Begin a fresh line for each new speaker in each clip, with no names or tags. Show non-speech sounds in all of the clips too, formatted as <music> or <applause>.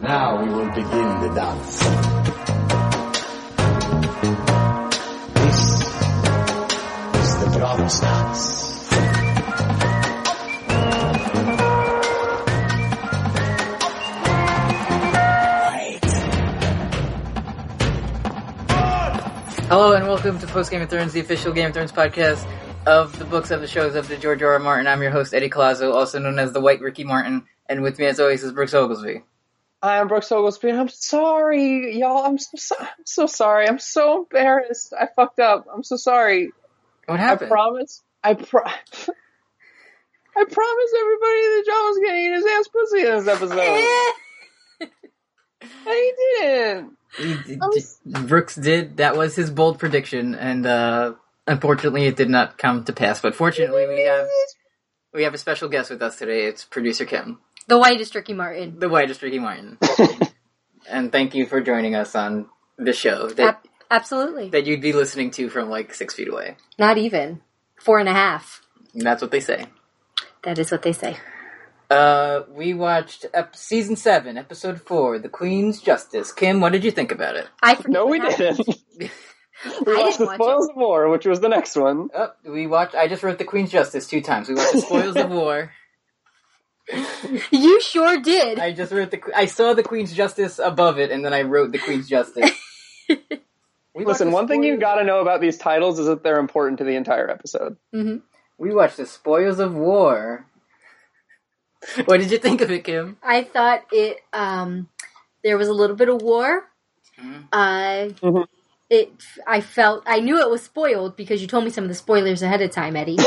now we will begin the dance. This is the promised dance.
Hello and welcome to Post Game of Thrones, the official Game of Thrones podcast of the books of the shows of the George R. R. Martin. I'm your host Eddie Colazo, also known as the White Ricky Martin, and with me as always is Brooks Oglesby.
I am Brooks Oglesby. and I'm sorry, y'all. I'm so, so- I'm so sorry. I'm so embarrassed. I fucked up. I'm so sorry.
What
I
happened?
promise. I pro. <laughs> I promised everybody that John was gonna eat his ass pussy in this episode. and he didn't.
He- d- Brooks did. That was his bold prediction, and uh, unfortunately, it did not come to pass. But fortunately, we have we have a special guest with us today. It's producer Kim,
The whitest Ricky Martin.
the whitest Ricky Martin. and thank you for joining us on the show that
Ab- absolutely.
that you'd be listening to from like six feet away.
Not even. Four and a half.
And that's what they say.
That is what they say.
Uh, we watched ep- season seven, episode four, "The Queen's Justice." Kim, what did you think about it?
I forget
No,
what
we
happened.
didn't. <laughs> We
I
watched
didn't
the
watch
spoils of war, which was the next one.
Oh, we watched. I just wrote "The Queen's Justice" two times. We watched "The Spoils of War."
You sure did.
I just wrote the. I saw "The Queen's Justice" above it, and then I wrote "The Queen's
<laughs>
Justice." We watched
Listen,
The
one thing you
Spoils-
gotta know about these titles is that they're important to the entire episode.
hmm
We watched "The Spoils of War." what did you think of it, Kim?
I thought it. Um, there was a little bit of war.
Mm-hmm.
Mhm.
Uh,
Mhm.
It. I felt. I knew it was spoiled because you told me some of the spoilers ahead of time,
<coughs>
Eddie.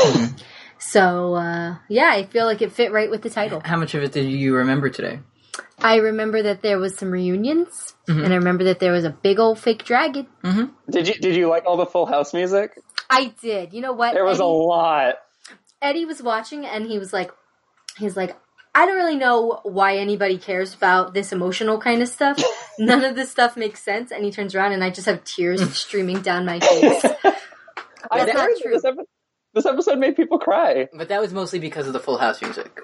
so uh, yeah, I feel like it fit right with the title.
How much of it did you remember today?
I remember that there was some reunions,
Mm-hmm.
and I remember that there was a big old fake dragon.
Did you did you like all the full house music?
I did. You know what?
There was a
Eddie?
lot.
Eddie was watching and he was like, he's like, I don't really know why anybody cares about this emotional kind of stuff. None of this stuff makes sense. And he turns around and I just have tears streaming down my face.
I
That's not
heard that
true.
This, epi- this episode made people cry.
But that was mostly because of the Full House music.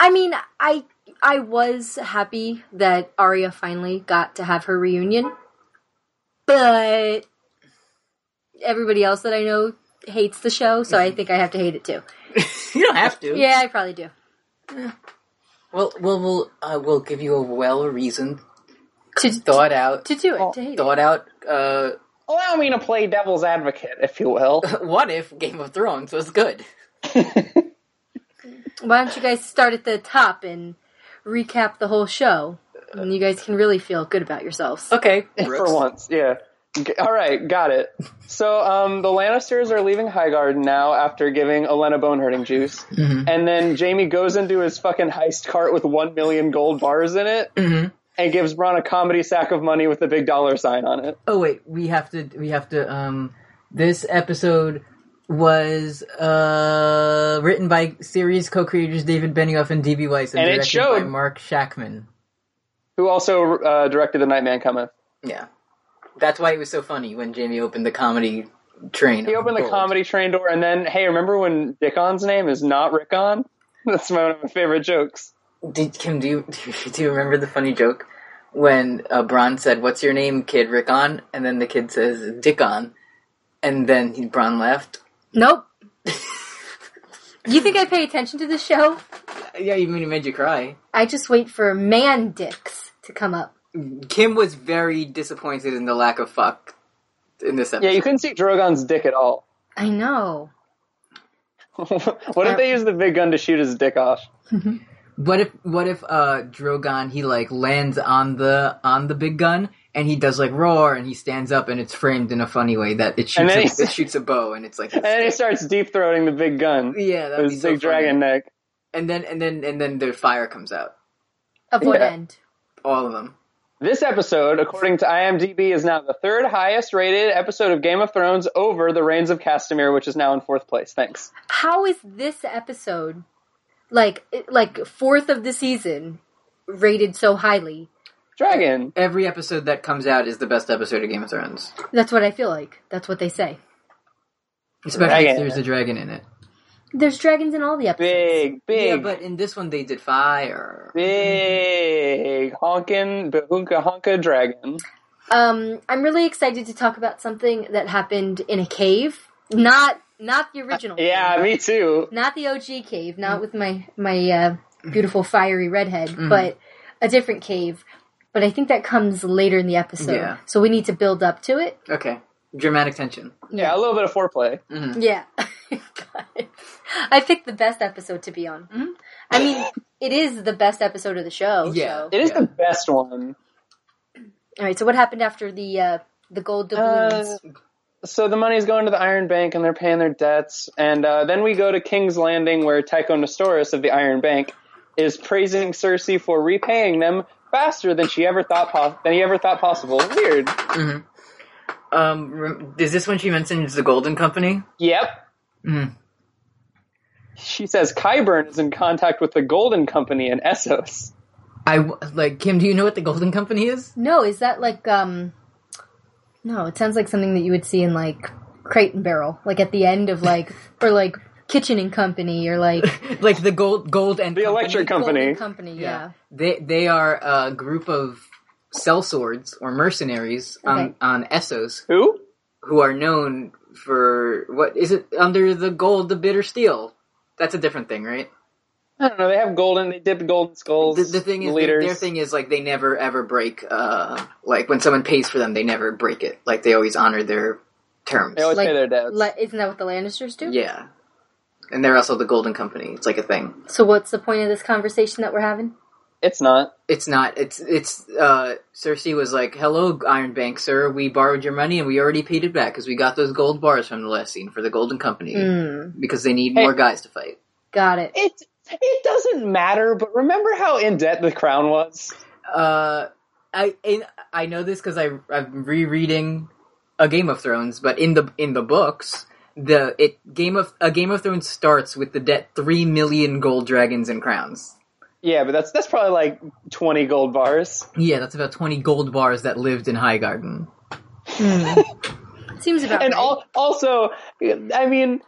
I mean, I I was happy that Arya finally got to have her reunion, but everybody else that I know hates the show, so I think I have to hate it too.
you don't have to.
Yeah, I probably do.
Well, we'll we'll uh, we'll give you a well reasoned,
To
thought out,
to do it, to hate it.
thought out. Uh, <laughs>
Allow me to play devil's advocate, if you will.
what if Game of Thrones was good?
Why don't you guys start at the top and recap the whole show? And you guys can really feel good about yourselves.
Okay,
For
Brooks.
once, yeah. G- All right, got it. So um, the Lannisters are leaving Highgarden now after giving Elena bonehurting juice, and then Jamie goes into his fucking heist cart with one million gold bars in it, and gives Bron a comedy sack of money with a big dollar sign on it.
Oh wait, we have to. We have to. Um, this episode was uh written by series co-creators David Benioff and DB Weiss, and,
And it
directed
showed.
by Mark Shackman.
Who also uh, directed The Nightman Cometh.
Yeah, that's why it was so funny when Jamie opened the comedy train.
He opened the comedy train door, and then hey, remember when Dickon's name is not Rickon? <laughs> That's one of my favorite jokes.
Did, Kim, do you, <laughs> do you do you remember the funny joke when uh, Bron said, "What's your name, kid Rickon?" And then the kid says, "Dickon," and then he, Bron left.
<laughs> Nope. you think I pay attention to this show?
Yeah, you mean it made you cry?
I just wait for man dicks to come up.
Kim was very disappointed in the lack of fuck in this
Yeah,
episode.
you couldn't see Drogon's dick at all. <laughs>
I know.
what
Uh,
if they use the big gun to shoot his dick off?
What if what if uh Drogon he like lands on the on the big gun and he does like roar and he stands up and it's framed in a funny way that it
And
shoots
then
a,
he-
it shoots a bow and it's like
And then he starts deep throating the big gun.
yeah that
It was
was
big
so funny.
dragon neck.
and then and then and then the fire comes out
Of what
Yeah.
end?
all of them
This episode, according to IMDb, is now the third highest rated episode of Game of Thrones over The Reigns of Castamere, which is now in fourth place. Thanks.
How is this episode, like like fourth of the season, rated so highly?
Dragon.
every episode that comes out is the best episode of Game of Thrones
That's what I feel like. That's what they say.
especially if
Dragon.
there's a dragon in it
There's dragons in all the episodes.
Big, big,
Yeah, but in this one they did fire.
big honkin' bahunka honka dragon.
Um, I'm really excited to talk about something that happened in a cave. Not not the original.
Uh, Yeah,
cave.
me too.
not the OG cave. Not with my my uh, beautiful fiery redhead, but a different cave. But I think that comes later in the episode,
Yeah.
so we need to build up to it.
Okay, dramatic tension.
Yeah, a little bit of foreplay.
Yeah. <laughs> God. I picked the best episode to be on. I mean, it is the best episode of the show.
Yeah.
Yeah.
It is
Yeah.
the best one.
All right. So what happened after the uh, the gold doubloons?
Uh, so the money's going to the Iron Bank, and they're paying their debts. And uh, then we go to King's Landing, where Tychonosaurus of the Iron Bank is praising Cersei for repaying them faster than she ever thought po- than he ever thought possible. Weird.
Um, rem- is this when she mentions the Golden Company?
Yep.
Mm.
She says Kyburn is in contact with the Golden Company in Essos.
I w- like Kim. Do you know what the Golden Company is? <laughs>
no, is that like um? No, it sounds like something that you would see in like Crate and Barrel, like at the end of like or like Kitchen and Company or like
Like the gold, gold and
The Electric Company.
Golden Company. Yeah.
They they are a group of sellswords or mercenaries on
Okay.
on Essos
Who?
who are known for what is it under the gold, the bitter steel. That's a different thing, right?
I don't know. They have golden. They dip golden skulls.
The, the thing is, their,
leaders.
their thing is like they never ever break. Uh, like when someone pays for them, they never break it. Like they always honor their terms.
They always
Like-
pay their debts.
Le- isn't that what the Lannisters do?
Yeah, and they're also the Golden Company. It's like a thing.
So what's the point of this conversation that we're having?
it's not.
It's not. It's it's. Uh, Cersei was like, "Hello, Iron Bank, sir. We borrowed your money, and we already paid it back because we got those gold bars from the last scene for the Golden Company
Mm,
because they need
Hey.
more guys to fight."
got it.
It it doesn't matter. But remember how in debt the crown was.
Uh, I and I know this because I I'm rereading a Game of Thrones, but in the in the books, the it Game of a Game of Thrones starts with the debt three million gold dragons and crowns.
Yeah, but that's that's probably like twenty gold bars.
Yeah, that's about twenty gold bars that lived in Highgarden.
Seems about
And
right.
all, also, I mean,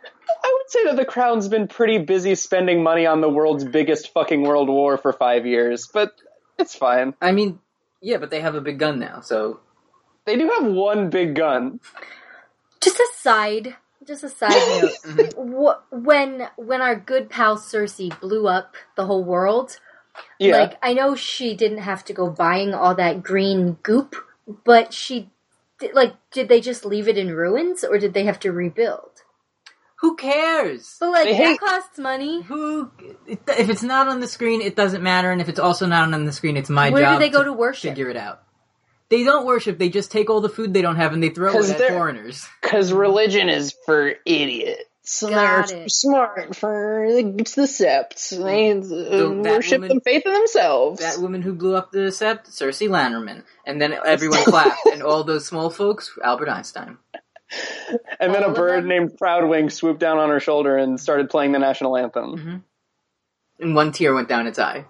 I would say that the crown's been pretty busy spending money on the world's biggest fucking world war for five years, but it's fine.
I mean, yeah, but they have a big gun now, so
They do have one big gun.
just a side just
<coughs>
a side note
Mm-hmm.
Wh- when when our good pal cersei blew up the whole world
Yeah,
like i know she didn't have to go buying all that green goop but she di- like did they just leave it in ruins or did they have to rebuild
who cares?
but like
They
that
hate-
costs money
Who? If it's not on the screen, it doesn't matter, and if it's also not on the screen, it's my
where
job.
do they go to,
to
worship
figure it out? They don't worship. They just take all the food they don't have and they throw it
'Cause
at
they're- <laughs>
foreigners.
because religion is for idiots. and
Got
they're
it.
smart for it's the septs. They uh,
that
worship
woman-
them, faith in themselves.
That woman who blew up the sept, Cersei Lannerman, and then everyone
<laughs>
clapped, and all those small folks, Albert Einstein.
and then
all
a
of
bird
them?
named Proudwing swooped down on her shoulder and started playing the national anthem.
And one tear went down its eye.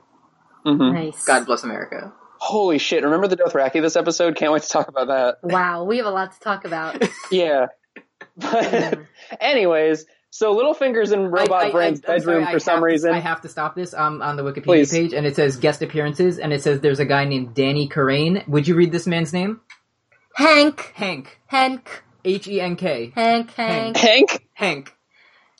Mhm.
nice
Mm-hmm. God bless America.
Holy shit! Remember the Dothraki this episode? Can't wait to talk about that.
wow we have a lot to talk about
<laughs>
Yeah. <laughs> But anyways, so Littlefinger's in Robot
I- I-
Brain's
I- I'm
bedroom
sorry, I
for some
have to-
reason.
I have to stop this um, on the Wikipedia
Please.
page, and it says guest appearances, and it says there's a guy named Danny Corain. Would you read this man's name?
hank
Hank.
hank
H E N K.
hank hank
Hank?
Hank.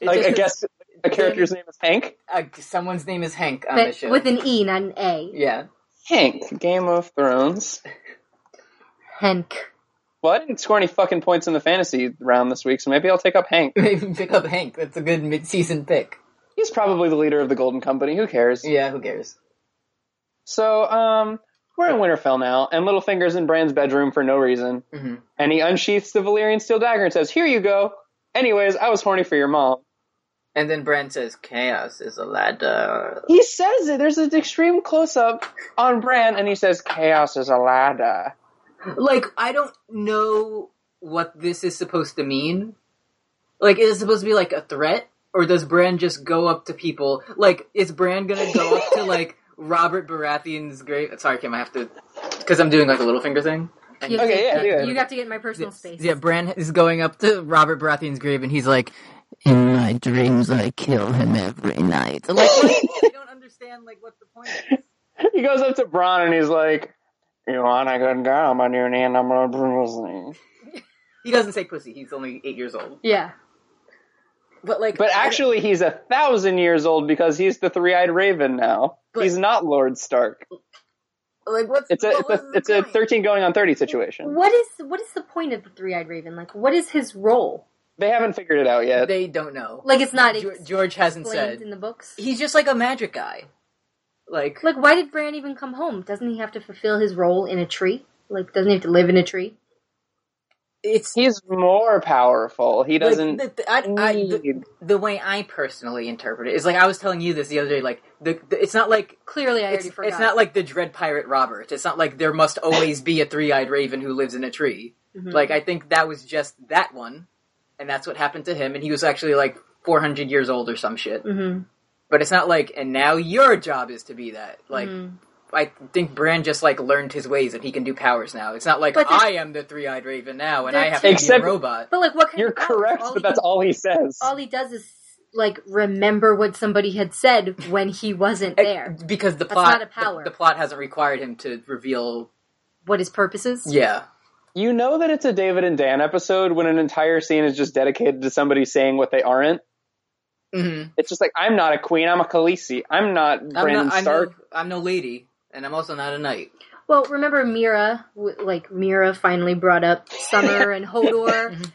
It
Like,
just
I
says-
guess a character's name is Hank?
uh, someone's name is Hank on the
but
show.
with an e not an a
yeah. <laughs>
Hank, Game of Thrones.
hank
Well, I didn't score any fucking points in the fantasy round this week, so maybe I'll take up Hank.
pick up Hank. That's a good mid-season pick.
He's probably the leader of the Golden Company. Who cares?
Yeah, who cares?
So, um, we're in Winterfell now, and Littlefinger's in Bran's bedroom for no reason.
Mhm.
And he unsheaths the Valyrian steel dagger and says, Here you go. Anyways, I was horny for your mom.
And then Bran says, "Chaos is a ladder."
He says it. There's an extreme close up on Bran, and he says, "Chaos is a ladder." <laughs>
Like, I don't know what this is supposed to mean. Like, is it supposed to be like a threat, or does Bran just go up to people? Like, is Bran gonna go up to like <laughs> Robert Baratheon's grave? Sorry, Kim, I have to because I'm doing like a little finger thing.
you have,
Okay,
to,
yeah,
get-
do it.
you have to get in my personal space
Yeah, Bran is going up to Robert Baratheon's grave, and he's like,
In my dreams, I kill him every night. I'm like,
<laughs> I don't understand like what the point is.
He goes up to Braun and he's like, "You want a good girl, my dear Nan? I'm a bruising."
He doesn't say pussy. He's only eight years old.
Yeah.
But like,
But
I don't-
actually, he's a thousand years old because he's the three-eyed raven now.
But-
he's not Lord Stark.
like what's
It's a
what
it's
was
a
the
it's a
point?
thirteen going on thirty situation.
What is what is the point of the three eyed raven? Like, what is his role?
They haven't figured it out yet.
They don't know.
Like, it's not
Geor-
explained
George hasn't said.
in the books.
He's just like a magic guy. Like,
Like, why did Bran even come home? Doesn't he have to fulfill his role in a tree? Like, doesn't he have to live in a tree?
it's
He's more powerful. He
like,
doesn't.
the, the- I, I, the,
need-
the way I personally interpret it is like I was telling you this the other day. Like the, the it's not like
Clearly, I
it's,
already forgot.
it's not like the Dread Pirate Robert. It's not like there must always be a three-eyed raven who lives in a tree.
Mhm.
Like I think that was just that one, and that's what happened to him. And he was actually like 400 years old or some shit.
Mhm.
But it's not like and now your job is to be that. Like
Mhm.
I think Bran just like learned his ways and he can do powers now. It's not like
But
I am the three-eyed raven now and
they're
I have
two-
to
Except-
be a robot.
But like, what kind
You're
of powers?
correct,
All
but
he
that's
can-
all he says.
all he does is like remember what somebody had said when he wasn't there.
Because the
That's
plot
not a power.
The, the plot hasn't required him to reveal
What his purpose is?
yeah.
You know that it's a David and Dan episode when an entire scene is just dedicated to somebody saying what they aren't.
Mhm.
It's just like I'm not a queen, I'm a Khaleesi. I'm not
I'm,
Brandon
not, I'm,
Stark.
no, I'm no lady and I'm also not a <laughs> knight.
Well, remember Mira? w- Like Mira finally brought up
<laughs>
Summer and Hodor,
Mhm.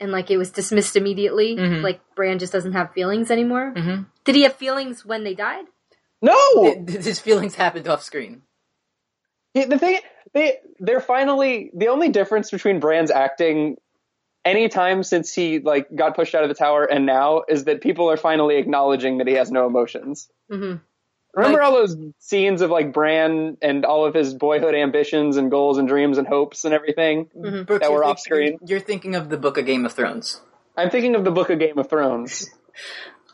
and like it was dismissed immediately.
Mhm.
Like Bran just doesn't have feelings anymore.
Mhm.
Did he have feelings when they died?
no,
<laughs> Th- th- his feelings happened off screen.
He- the thing they they're finally the only difference between Brand's acting any time since he like got pushed out of the tower and now is that people are finally acknowledging that he has no emotions.
hmm
Mm-hmm.
Remember
Like-
all those scenes of like Bran and all of his boyhood ambitions and goals and dreams and hopes and everything?
Mhm.
Brooks,
That
you're
were
think-
off screen.
You're thinking of the book of Game of Thrones.
I'm thinking of the book of Game
<laughs>
of Thrones.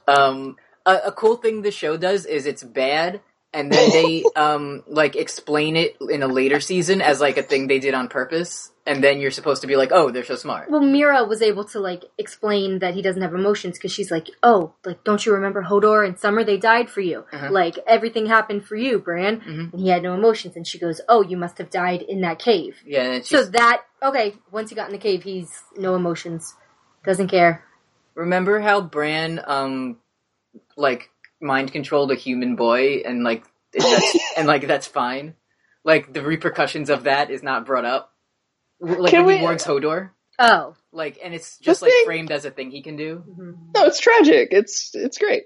Um, a, a cool thing the show does is it's bad, and then
<laughs>
they um like explain it in a later season as like a thing they did on purpose, and then you're supposed to be like, oh, they're so smart.
Well, Mira was able to like explain that he doesn't have emotions because she's like, "Oh, like don't you remember Hodor and Summer? They died for you.
Uh-huh.
Like everything happened for you, Bran,
Mhm.
and he had no emotions." And she goes, "Oh, you must have died in that cave."
Yeah, and she's,
So that okay, once he got in the cave, he's no emotions, doesn't care.
remember how Bran um like mind controlled a human boy, and like and,
<laughs>
that's, and like that's fine. Like the repercussions of that is not brought up. Like
Can
when he
we-
warns Hodor.
Oh,
like and it's just like
thing- Mm-hmm.
framed as a thing he can do
No, <laughs> it's tragic. It's it's great.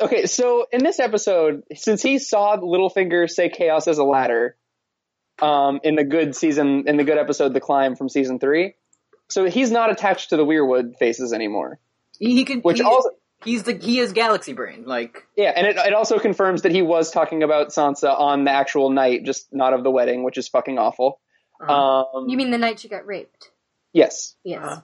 Okay, so in this episode, since he saw Littlefinger say chaos as a ladder, um, in the good season, in the good episode, the climb from season three, so he's not attached to the Weirwood faces anymore.
he, he can
Which
he-
also-
he's the he is galaxy brain like
Yeah, and it, it also confirms that he was talking about Sansa on the actual night, just not of the wedding, which is fucking awful.
uh,
Um,
Uh-huh. you mean the night she got raped?
yes?
Yes.
Uh-huh.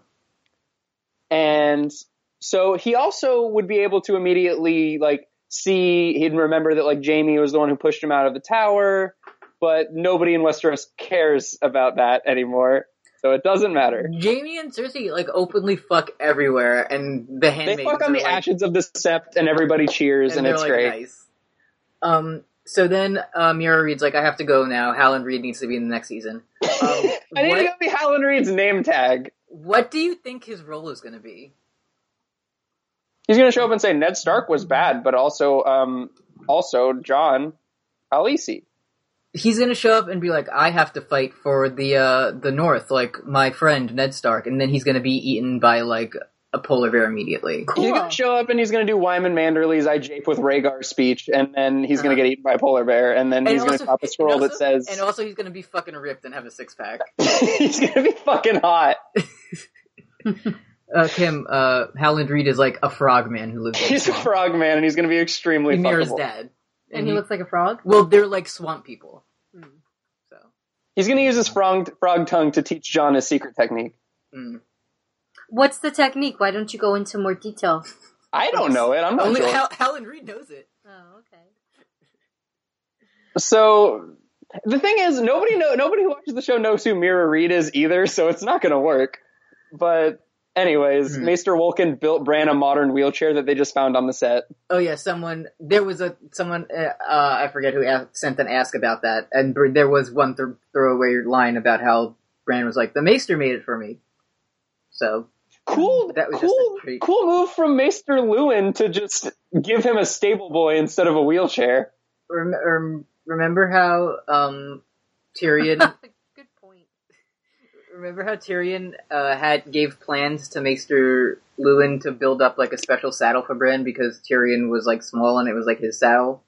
and so he also would be able to immediately like see he'd remember that like Jamie was the one who pushed him out of the tower, but nobody in Westeros cares about that anymore, so it doesn't matter.
jamie and cersei like openly fuck everywhere and the
They
handmaids
fuck on
are,
the
like,
ashes of the sept, and everybody cheers, and,
they're,
it's
like,
great.
nice. um so then uh, mira reads like i have to go now Halland reed needs to be in the next
<laughs>
season um,
I need to
what,
go be Howland Reed's name tag.
what do you think his role is going to be
He's gonna show up and say Ned Stark was bad, but also, um, also John Khaleesi.
he's going to show up and be like i have to fight for the uh the north like my friend ned stark and then he's going to be eaten by like a polar bear immediately
He's
Cool.
gonna show up and he's gonna do Wyman Manderley's "I jape with Rhaegar" speech, and then he's gonna
Uh-huh.
get eaten by a polar bear, and then he's gonna pop a scroll
and also-
that says
And
<laughs>
also, he's going to be fucking ripped and have a six pack.
he's gonna be fucking hot.
Uh, Kim, uh, Howland Reed is like a frogman who
<laughs>
lives. in
He's
the
a
swamp.
frog man, and he's gonna be extremely
He mirrors
fuckable. Mm-hmm.
dad,
and
Mm-hmm.
he looks like a frog.
Well, they're like swamp people.
Mm.
So
He's gonna use his frog frog tongue to teach John his secret technique.
mm.
What's the technique? Why don't you go into more detail?
I don't know it. I'm not
only
sure.
Hal- Howland Reed knows it.
Oh, okay.
so the thing is, nobody know nobody who watches the show knows who Mira Reed is either, so it's not gonna work. But Anyways,
Hmm.
Maester Wolkin built Bran a modern wheelchair that they just found on the set.
Oh yeah, someone there was a someone uh, uh, I forget who asked, sent an ask about that, and br- there was one th- throwaway line about how Bran was like, "The Maester made it for me." So
Cool,
Mm, That was just
cool,
a treat.
cool move from Maester Lewin to just give him a stable boy instead of a wheelchair.
rem- rem- remember how um, <laughs> Tyrion
Good point.
remember how Tyrion uh, had gave plans to Maester Lewin to build up like a special saddle for Bran because Tyrion was like small and it was like his saddle.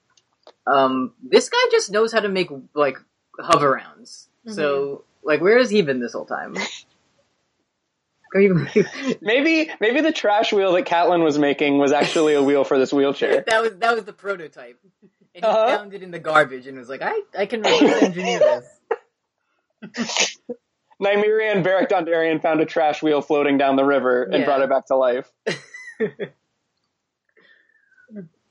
Um, this guy just knows how to make like hover rounds. So like, where has he been this whole <laughs> time? Can you believe-
Maybe, maybe the trash wheel that Catelyn was making was actually a wheel for
<laughs>
this wheelchair.
<laughs> that was that was the prototype, and he
Uh-huh.
found it in the garbage and was like, I I can reverse engineer this.
Nymeria and Varric Dondarrion found a trash wheel floating down the river and
Yeah.
brought it back to life.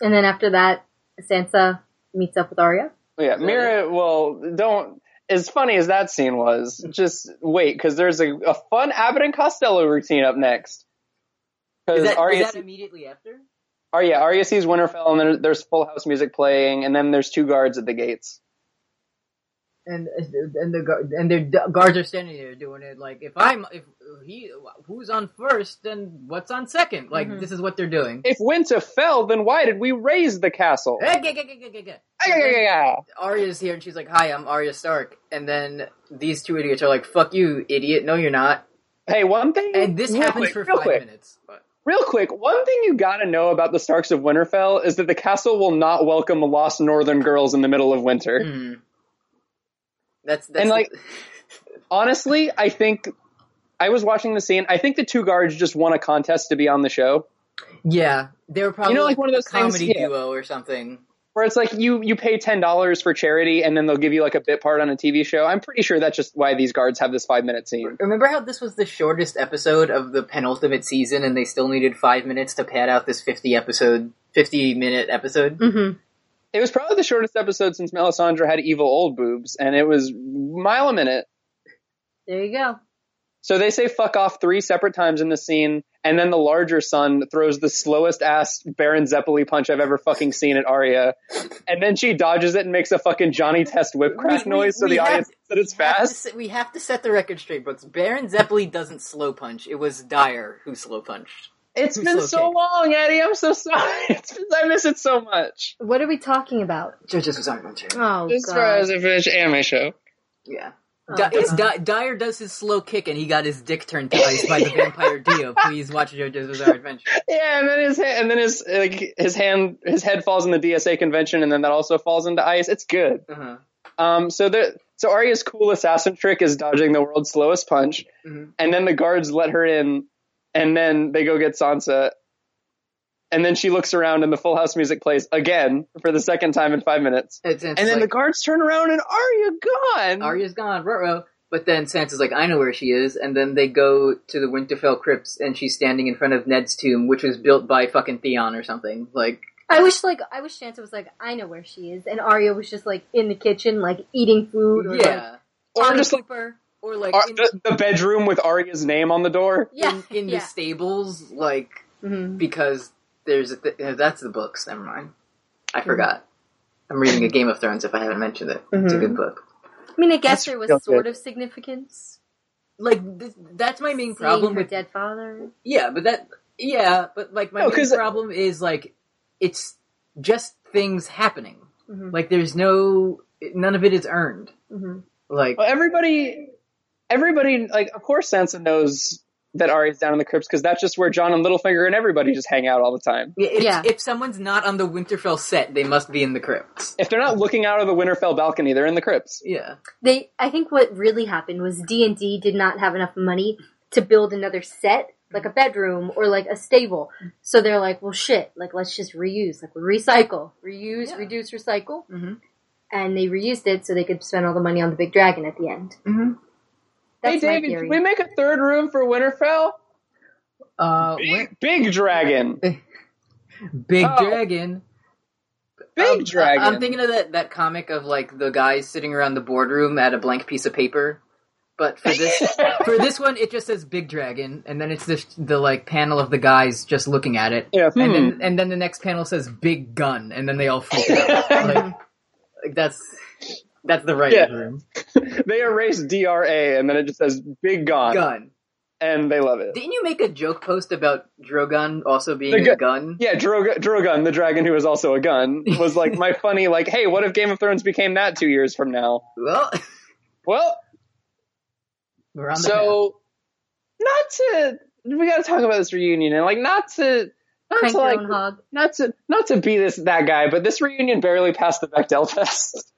And then after that, Sansa meets up with Arya.
Yeah, Mira. Well, don't. As funny as that scene was, just wait because there's a, a fun Abbott and Costello routine up next.
Is
Because
that,
Arya,
is that immediately after?
Arya, Arya sees Winterfell, and then there's Full House music playing, and then there's two guards at the gates.
and and the guard- and their d- guards are standing there doing it like if I'm if he who's on first then what's on second like
Mm-hmm.
this is what they're doing.
If Winter fell, then why did we raise the castle?
Hey, get, get, get, get, get, get.
Ah-gah-gah-gah-gah.
Arya's here and she's like, "Hi, I'm Arya Stark," and then these two idiots are like, "Fuck you, idiot! No, you're not."
Hey, one thing.
And this
real
happens
quick,
for
real
five
quick,
minutes. But
Real quick, one thing you gotta know about the Starks of Winterfell is that the castle will not welcome lost northern girls in the middle of winter.
Hmm. that's that's
And, like- honestly, I think I was watching the scene. I think the two guards just won a contest to be on the show,
<laughs> yeah, they were probably
You know, like
like
one of those
a
things-
comedy
yeah.
duo or something.
where it's like you you pay ten dollars for charity, and then they'll give you like a bit part on a TV show. I'm pretty sure that's just why these guards have this five minute scene.
Remember how this was the shortest episode of the penultimate season, and they still needed five minutes to pad out this fifty episode, fifty minute episode?
Mm,
Mm-hmm.
It was probably the shortest episode since Melisandre had evil old boobs, and it was mile a minute.
There you go.
So they say fuck off three separate times in the scene, and then the larger son throws the slowest ass Baron Zeppeli punch I've ever fucking seen at Arya. And then she dodges it and makes a fucking Johnny Test whip crack
We- we-
noise so
we
the
have-
audience thinks that it's
we have to
fast.
se- we have to set the record straight, Brooks. Baron Zeppeli doesn't slow punch. It was Dyer who slow punched.
It's
Who's
been
slow
so
kick?
long, <laughs> Eddie. I'm so sorry. <laughs> It's been, I miss it so much.
What are we talking about?
Judges was on punching.
Oh
This is
god.
a British anime show.
Yeah.
Oh,
Di- it's
God.
Di- Dyer does his slow kick and he got his dick turned to ice by
<laughs>
the vampire Dio. Please watch JoJo's Bizarre Adventure.
Yeah, and then his ha- and then his like his hand his head falls in the DSA convention, and then that also falls into ice. It's good.
Uh-huh.
Um, so the so Arya's cool assassin trick is dodging the world's slowest punch,
Mhm.
and then the guards let her in, and then they go get Sansa, and then she looks around, and the Full House music plays again for the second time in five minutes,
It's, it's
and then the
like,
guards turn around, and Arya gone.
Arya's gone, ruh But then Sansa's like, I know where she is. And then they go to the Winterfell crypts and she's standing in front of Ned's tomb, which was built by fucking Theon or something. Like,
I wish like I wish Sansa was like I know where she is, and Arya was just like in the kitchen, like eating food, or like
yeah.
or just like
Cooper.
Or like,
Ar-
in-
the, the bedroom with Arya's name on the door.
Yeah,
in, in
yeah.
the stables, like
Mhm.
because there's a th- uh, that's the books. Never mind, I forgot. I'm reading a Game of Thrones. If I haven't mentioned it, it's a good book.
I mean, I guess
That's
there
real
was
good.
sort of significance.
Like th- that's my main
Seeing
problem
her
with
dead father.
yeah, but that yeah, but like my
No,
main
'cause-
problem is like it's just things happening.
Mm-hmm.
Like there's no none of it is earned.
Mhm.
Like
Well, everybody, everybody, like of course Sansa knows that Arya's down in the crypts because that's just where John and Littlefinger and everybody just hang out all the time.
yeah, if,
Yeah.
if someone's not on the Winterfell set, they must be in the crypts.
If they're not looking out of the Winterfell balcony, they're in the crypts.
Yeah,
They, I think, what really happened was D and D did not have enough money to build another set, like a bedroom or like a stable. So they're like, well, shit, like let's just reuse, like recycle, reuse,
Yeah.
reduce, recycle,
Mm-hmm.
Mhm.
and they reused it so they could spend all the money on the big dragon at the end.
Mhm.
That's
Mm-hmm. hey,
my
David,
theory.
can we make a third room for Winterfell?
uh,
Big, big dragon,
Big
Oh.
Dragon.
big
Um,
dragon.
I- I'm thinking of that, that comic of like the guys sitting around the boardroom at a blank piece of paper, But for this
<laughs>
for this one, it just says big dragon, and then it's the the like panel of the guys just looking at it,
Yeah. hmm.
and then and then the next panel says big gun, and then they all freak
<laughs>
out. like, like that's that's the writing
Yeah.
room
they erase DRA and then it just says Big Gone,
gun.
and they love it.
Didn't you make a joke post about Drogon also being
The
a
gu-
gun?
yeah, Drog- Drogon, the dragon who is also a gun, was like
<laughs>
my funny, like, hey, what if Game of Thrones became that two years from now?
Well,
Well,
<laughs> we're on the path.
so not to we got to talk about this reunion and like not to not
Crank
to like
Groundhog.
not to not to be this that guy, but this reunion barely passed the Bechdel test.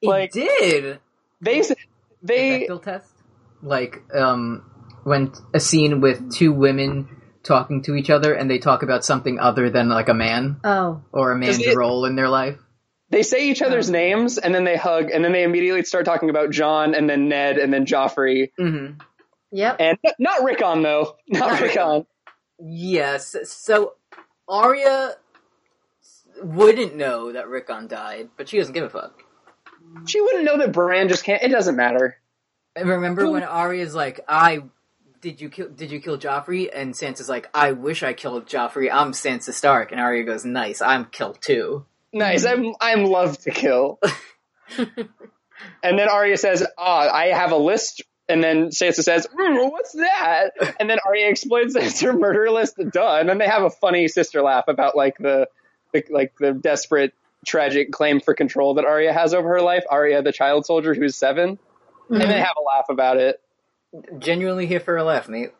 it
like-
did.
They s- they
Bechdel test? Like, um, when a scene with two women talking to each other and they talk about something other than like a man
Oh,
or a man's
Does it-
role in their life.
they say each other's names and then they hug and then they immediately start talking about John and then Ned and then Joffrey
hmm
yep.
and not Rickon though, <laughs> not
Not
Rickon.
Yes. So Arya wouldn't know that Rickon died, but she doesn't give a fuck.
She wouldn't know that Bran just can't. It doesn't matter.
And remember when Arya's like, "I did you kill? Did you kill Joffrey?" And Sansa's like, "I wish I killed Joffrey. I'm Sansa Stark." And Arya goes, "Nice, I'm killed too."
Nice. I'm I'm love to kill. and then Arya says, "Ah, I have a list." And then Sansa says, mm, "What's that?" And then Arya explains that it's her murder list. Done. And then they have a funny sister laugh about like the, the like the desperate tragic claim for control that Arya has over her life. Arya, the child soldier who's 7 and they have a laugh about it.
Genuinely here for a laugh, mate.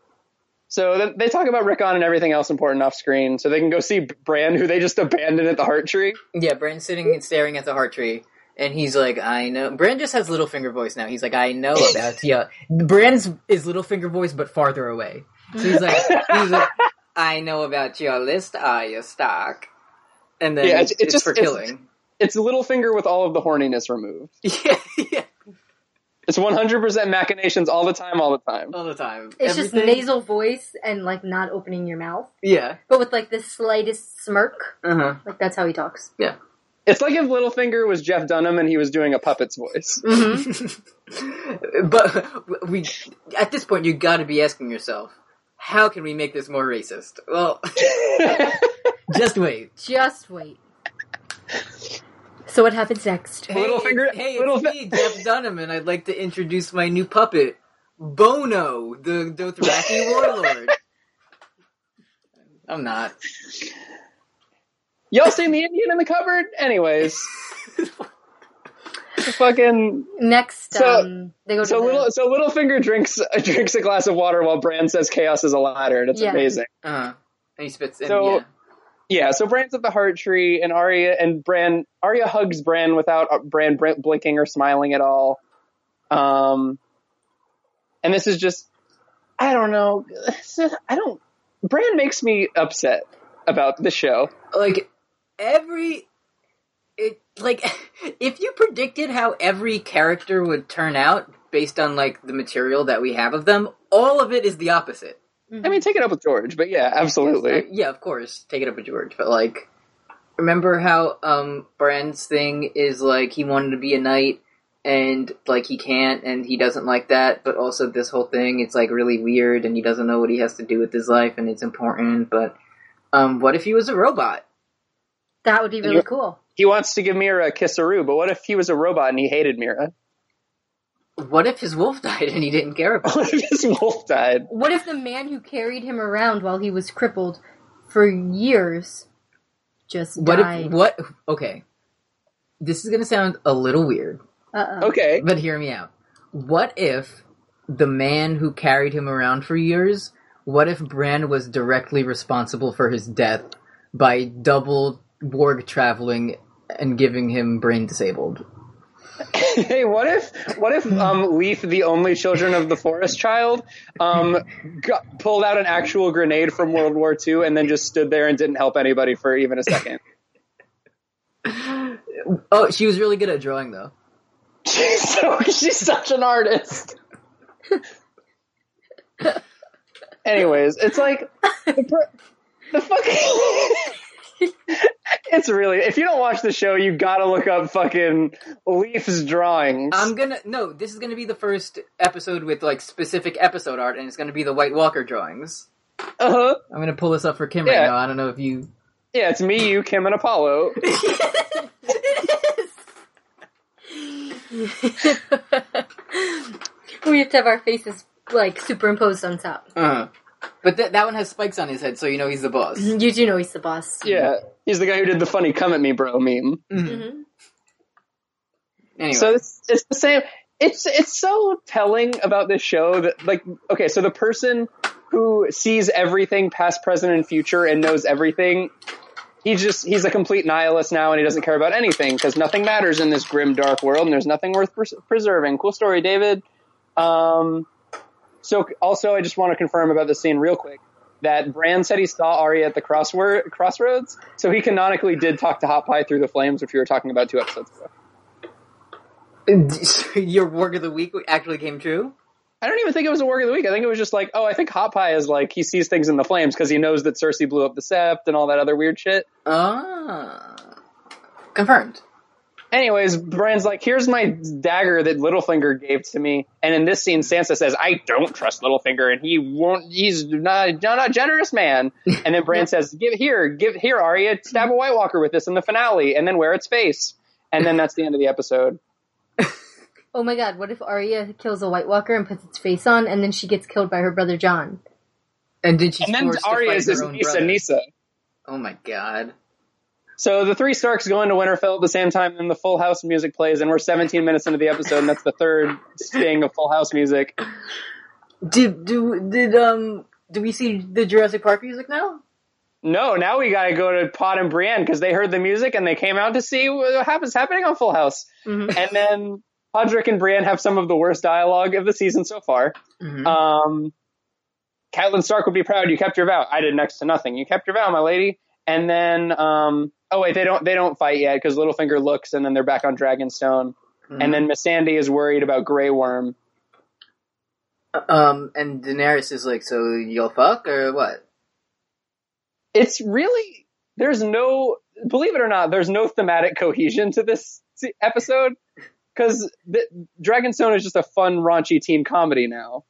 So then they talk about Rickon and everything else important off screen, so they can go see Bran, who they just abandoned at the Heart Tree.
Yeah, Bran's sitting and staring at the heart tree, and he's like, "I know." Bran just has Littlefinger voice now. He's like, "I
<laughs>
know about yeah." Bran's is Littlefinger voice, but farther away. So he's like, "He's
<laughs>
like, I know about your list, Arya Stark." And then
Yeah,
it's,
it's- it's just-
for
it's-
killing. <laughs>
It's Littlefinger with all of the horniness removed.
Yeah, yeah,
It's 100% machinations all the time, all the time.
all the time.
It's
Everything-
just nasal voice and like not opening your mouth,
Yeah.
but with like the slightest smirk.
Uh huh.
Like that's how he talks.
Yeah.
It's like if Littlefinger was Jeff Dunham and he was doing a puppet's voice.
But <laughs> we, at this point, you got to be asking yourself, how can we make this more racist? Well, <laughs> just wait.
Just wait. So what happens next?
<laughs> Hey,
Littlefinger-
it's- hey, it's
Littlefi-
me, Jeff Dunham, and I'd like to introduce my new puppet, Bono, the <laughs> Dothraki warlord. I'm not.
Y'all seen the Indian in the cupboard? Anyways. Fucking
Next,
So-
um, they go to
so
the,
little so Littlefinger drinks <laughs> drinks a glass of water while Bran says chaos is a ladder and it's
Yeah.
amazing.
Uh, and he spits in.
So-
yeah.
Yeah, so Bran's at the heart tree, and Arya and Bran Arya hugs Bran without uh, Bran br- blinking or smiling at all. Um, and this is just, I don't know, <sighs> It's just- I don't. Bran makes me upset about the show.
like every it like <laughs> if you predicted how every character would turn out based on like the material that we have of them all of it is the opposite
I mean, take it up with George, but yeah,
Uh,
absolutely.
yeah of course take it up with george but like remember how um brand's thing is like he wanted to be a knight and like he can't and he doesn't like that but also this whole thing it's like really weird and he doesn't know what he has to do with his life and it's important but um what if he was a robot
that would be really cool.
He wants to give Mira a kisseroo, but what if he was a robot and he hated Mira? <laughs>
what if his wolf <laughs> died and he didn't care about
<laughs> What if his wolf died?
What if the man who carried him around while he was crippled for years just
What
died?
if what? Okay, this is gonna sound a little weird,
Uh-oh.
Okay,
but hear me out. What if the man who carried him around for years? What if Bran was directly responsible for his death by double warg traveling and giving him brain disabled?
Hey, what if what if um, Leaf, the only children of the forest child, um, got, pulled out an actual grenade from World War II and then just stood there and didn't help anybody for even a <laughs> second?
Oh, she was really good at drawing though.
She's so she's such an artist. Anyways, it's like the, per- the fucking It's really. If you don't watch the show, you gotta look up fucking Leaf's drawings.
I'm gonna no. This is gonna be the first episode with like specific episode art, and it's gonna be the White Walker drawings.
<laughs> uh-huh.
I'm gonna pull this up for Kim
Yeah.
right now. I don't know if you.
Yeah, it's me, you, Kim, and Apollo.
<laughs> we have to have our faces like superimposed on top.
Uh.
Uh-huh. But th- that one has spikes on his head, so you know he's the boss.
You do know he's the boss.
Yeah, he's the guy who did the funny "come at me, bro" meme. Mm-hmm.
Mhm.
Anyway,
So it's, it's the same. It's it's so telling about this show that like okay, so the person who sees everything past, present, and future and knows everything, he just he's a complete nihilist now, and he doesn't care about anything because nothing matters in this grim, dark world, and there's nothing worth pres- preserving. Cool story, David. Um, so also, I just want to confirm about this scene real quick. That Brand said he saw Arya at the crossword, crossroads, so he canonically did talk to Hot Pie through the flames, which we were talking about two episodes ago.
<laughs> your work of the week actually came true.
I don't even think it was a work of the week. I think it was just like, oh, I think Hot Pie is like he sees things in the flames because he knows that Cersei blew up the Sept and all that other weird shit.
Ah, confirmed.
Anyways, Bran's like, here's my dagger that Littlefinger gave to me, and in this scene, Sansa says, I don't trust Littlefinger, and he won't. He's not, not a generous man. And then Bran says, give here, give here, Arya, stab a White Walker with this in the finale, and then wear its face. And then that's the end of the episode.
Oh my god, what if Arya kills a White Walker and puts its face on and then she gets killed by her brother John?
And then she's
And then
forced
Arya
to
is
fight
his
her own
Nisa,
brother.
Nisa.
Oh my god.
So the three Starks go into Winterfell at the same time, and the Full House music plays, and we're 17 minutes into the episode, and that's the third sting of Full House music.
Did do did um do we see the Jurassic Park music now?
No, now we gotta go to Pod and Brienne because they heard the music and they came out to see what happens happening on Full House. And then Podrick and Brienne have some of the worst dialogue of the season so far.
Mm-hmm.
Um, Catelyn Stark would be proud. You kept your vow. I did next to nothing. You kept your vow, my lady. And then, um, oh wait, they don't they don't fight yet because Littlefinger looks, and then they're back on Dragonstone.
Mm-hmm.
And then Miss Sandy is worried about Grey Worm.
Um, and Daenerys is like, so you'll fuck or what?
It's really there's no believe it or not, there's no thematic cohesion to this se- episode because Dragonstone is just a fun raunchy teen comedy now.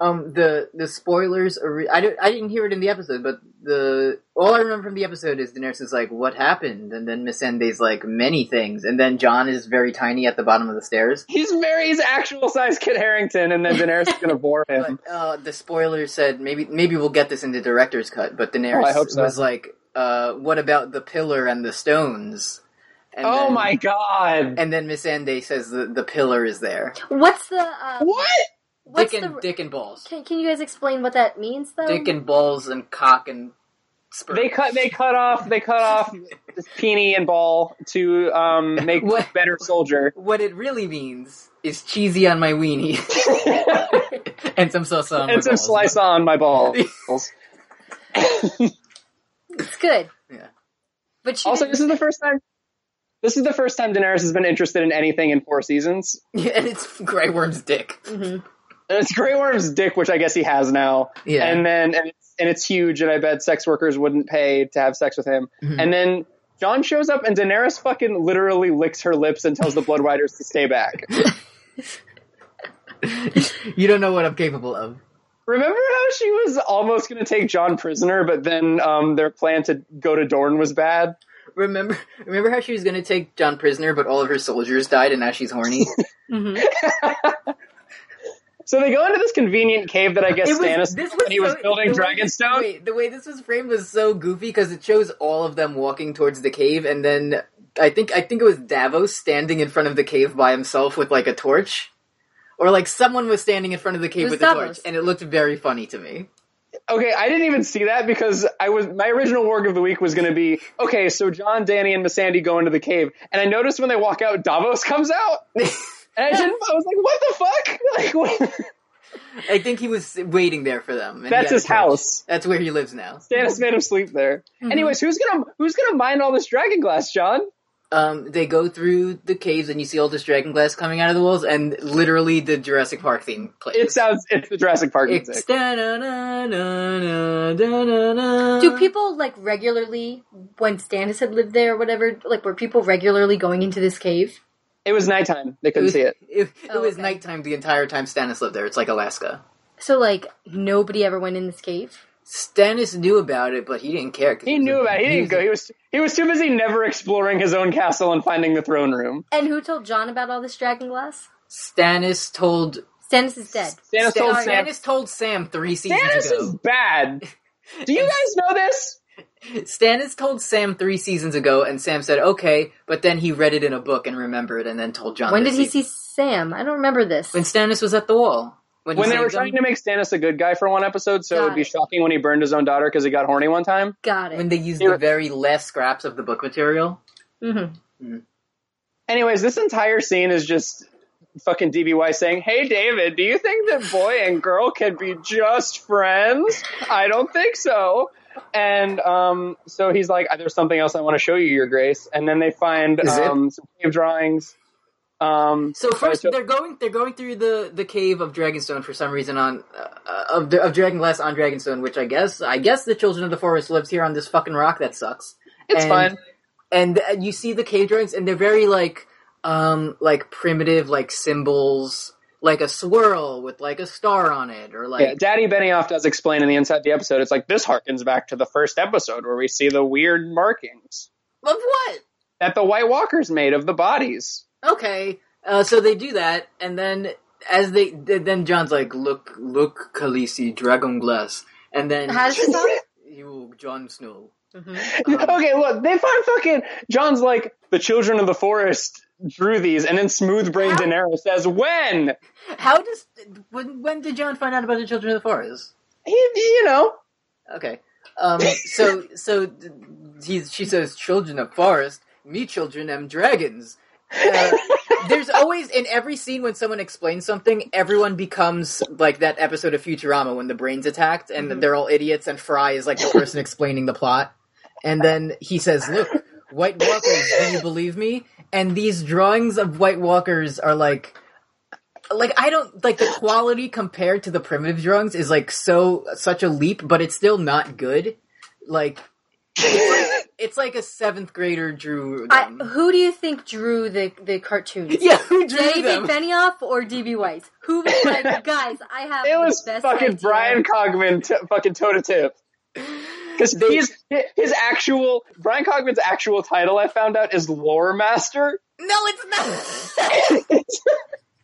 Um, the the spoilers. Are, I don't, I didn't hear it in the episode, but the all I remember from the episode is Daenerys is like, "What happened?" And then Miss Ende's like, "Many things." And then John is very tiny at the bottom of the stairs.
He's very he's actual size Kit Harrington, and then Daenerys is gonna bore him.
<laughs> But uh, the spoiler said maybe maybe we'll get this in the director's cut. But Daenerys
Oh, I hope so.
was like, uh, "What about the pillar and the stones?" And
oh
then-
my god!
And then Miss Ende says the, the pillar is there.
What's the uh,
what?
what's
dick and
the
dick and balls,
can, can you guys explain what that means though?
dick and balls and cock and sperm.
They cut they cut off they cut off Peeny and Ball to um,
<laughs>
make
What?
better soldier.
What it really means is cheesy on my
<laughs>
weenie and some salsa on Oh my
and some
balls.
slice on
<laughs>
my balls.
it's good.
Yeah.
But she
also,
didn't-
this is the first time. This is the first time Daenerys has been interested in anything in four seasons.
<laughs> Yeah, and it's Grey Worm's dick.
And it's Grey Worm's dick, which I guess he has now.
Yeah.
And then and it's, and it's huge, and I bet sex workers wouldn't pay to have sex with him.
Mm-hmm.
And then John shows up, and Daenerys fucking literally licks her lips and tells the Blood Riders to stay back.
You don't know what I'm capable of.
Remember how she was almost going to take John prisoner, but then um, their plan to go to Dorne was bad.
Remember, remember how she was going to take John prisoner, but all of her soldiers died, and now she's
<laughs>
horny.
So they go into this convenient cave that I guess
It was-
Stannis
this
when he was
so-
building
the way this-
Dragonstone.
wait, the way this was framed was so goofy because it shows all of them walking towards the cave, and then I think I think it was Davos standing in front of the cave by himself with like a torch, or like someone was standing in front of the
It
cave
was
with a
Davos.
torch, and it looked very funny to me.
Okay, I didn't even see that because I was my original work of the week was going to be okay. So John, Danny, and Missandei go into the cave, and I noticed when they walk out, Davos comes <laughs> out, and I didn't. I was like, "What the fuck?" <laughs> Like, what?
I think he was waiting there for them. and he
That's
had a
his
torch.
house.
That's where he lives now.
Mm-hmm. Stannis made him sleep there. Anyways, who's gonna who's gonna mine all this dragon glass, John?
um, they go through the caves and you see all this dragon glass coming out of the walls, and literally the Jurassic Park theme plays.
It sounds it's the Jurassic Park
It's
music.
da-na-na-na-na, da-na-na.
Do people like regularly when Stannis had lived there or whatever? Like, were people regularly going into this cave?
It was nighttime. They
It
couldn't
was,
see it.
it- it
Oh,
was
okay.
nighttime the entire time Stannis lived there. It's like Alaska.
So like nobody ever went in this cave.
Stannis knew about it, but he didn't care. 'cause
He knew about. It. He didn't
was-
go. He was he was too busy never exploring his own castle and finding the throne room.
And who told John about all this dragon glass?
Stannis told
Stannis is dead.
Stannis told
Stan-
Sam.
Stannis told Sam three seasons
Stannis is
ago.
<laughs> bad. Do you guys know this?
Stannis told Sam three seasons ago, and Sam said okay, but then he read it in a book and remembered, and then told John.
When
this
did he
season.
see Sam? I don't remember this.
When Stannis was at the wall. he
When they
saved
were
them.
trying to make Stannis a good guy for one episode, so
Got
it'd be
it.
shocking when he burned his own daughter because he got horny one time.
Got
when
it.
they used
They
the
were-
very last scraps of the book material.
Mhm.
Anyways, this entire scene is just fucking DBY saying, "Hey David, do you think that boy and girl can be just friends? I don't think so." And um, so he's like, "There's something else I want to show you, Your Grace." And then they find
Is it-
um, some cave drawings. Um,
So first,
so-
they're going they're going through the, the cave of Dragonstone for some reason on uh, of the- of Dragonglass on Dragonstone, which I guess I guess the Children of the Forest lives here on this fucking rock that sucks.
it's
and,
fun.
And, and you see the cave drawings, and they're very like um like primitive like symbols, like a swirl with like a star on it, or like
Yeah, Daddy Benioff does explain in the inside the episode. It's like this harkens back to the first episode where we see the weird markings
of what?
that the White Walkers made of the
<laughs>
bodies. <laughs>
okay. Uh, so they do that, and then as they th- then John's like, look, look, Khaleesi, dragon glass, and then
How does it sound?
you, Jon Snow.
okay, look, they found fucking John's like the children of the forest drew these, and then Smooth Brain Daenerys says when
How does when when did John find out about the Children of the Forest?
he, you know,
Okay, um, so so th- he she says, children of forest, me children am dragons. Uh, there's always in every scene when someone explains something, everyone becomes like that episode of Futurama when the brain's attacked and they're all idiots, and Fry is like the person explaining the plot. And then he says, "Look, White Walkers, do you believe me?" And these drawings of White Walkers are like. Like I don't like the quality compared to the primitive drawings is like so such a leap, but it's still not good. Like it's like, it's like a seventh grader drew.
I,
Them. <laughs>
who do you think drew the the cartoons?
yeah, who drew
David
them?
Benioff or DB Weiss? Who was like, guys? I have
it
the
was
best
fucking
idea."
Brian Cogman t- fucking toe
<laughs>
to tip. Because he's his actual Brian Cogman's actual title, I found out is lore master. <laughs>
No, it's not. <laughs>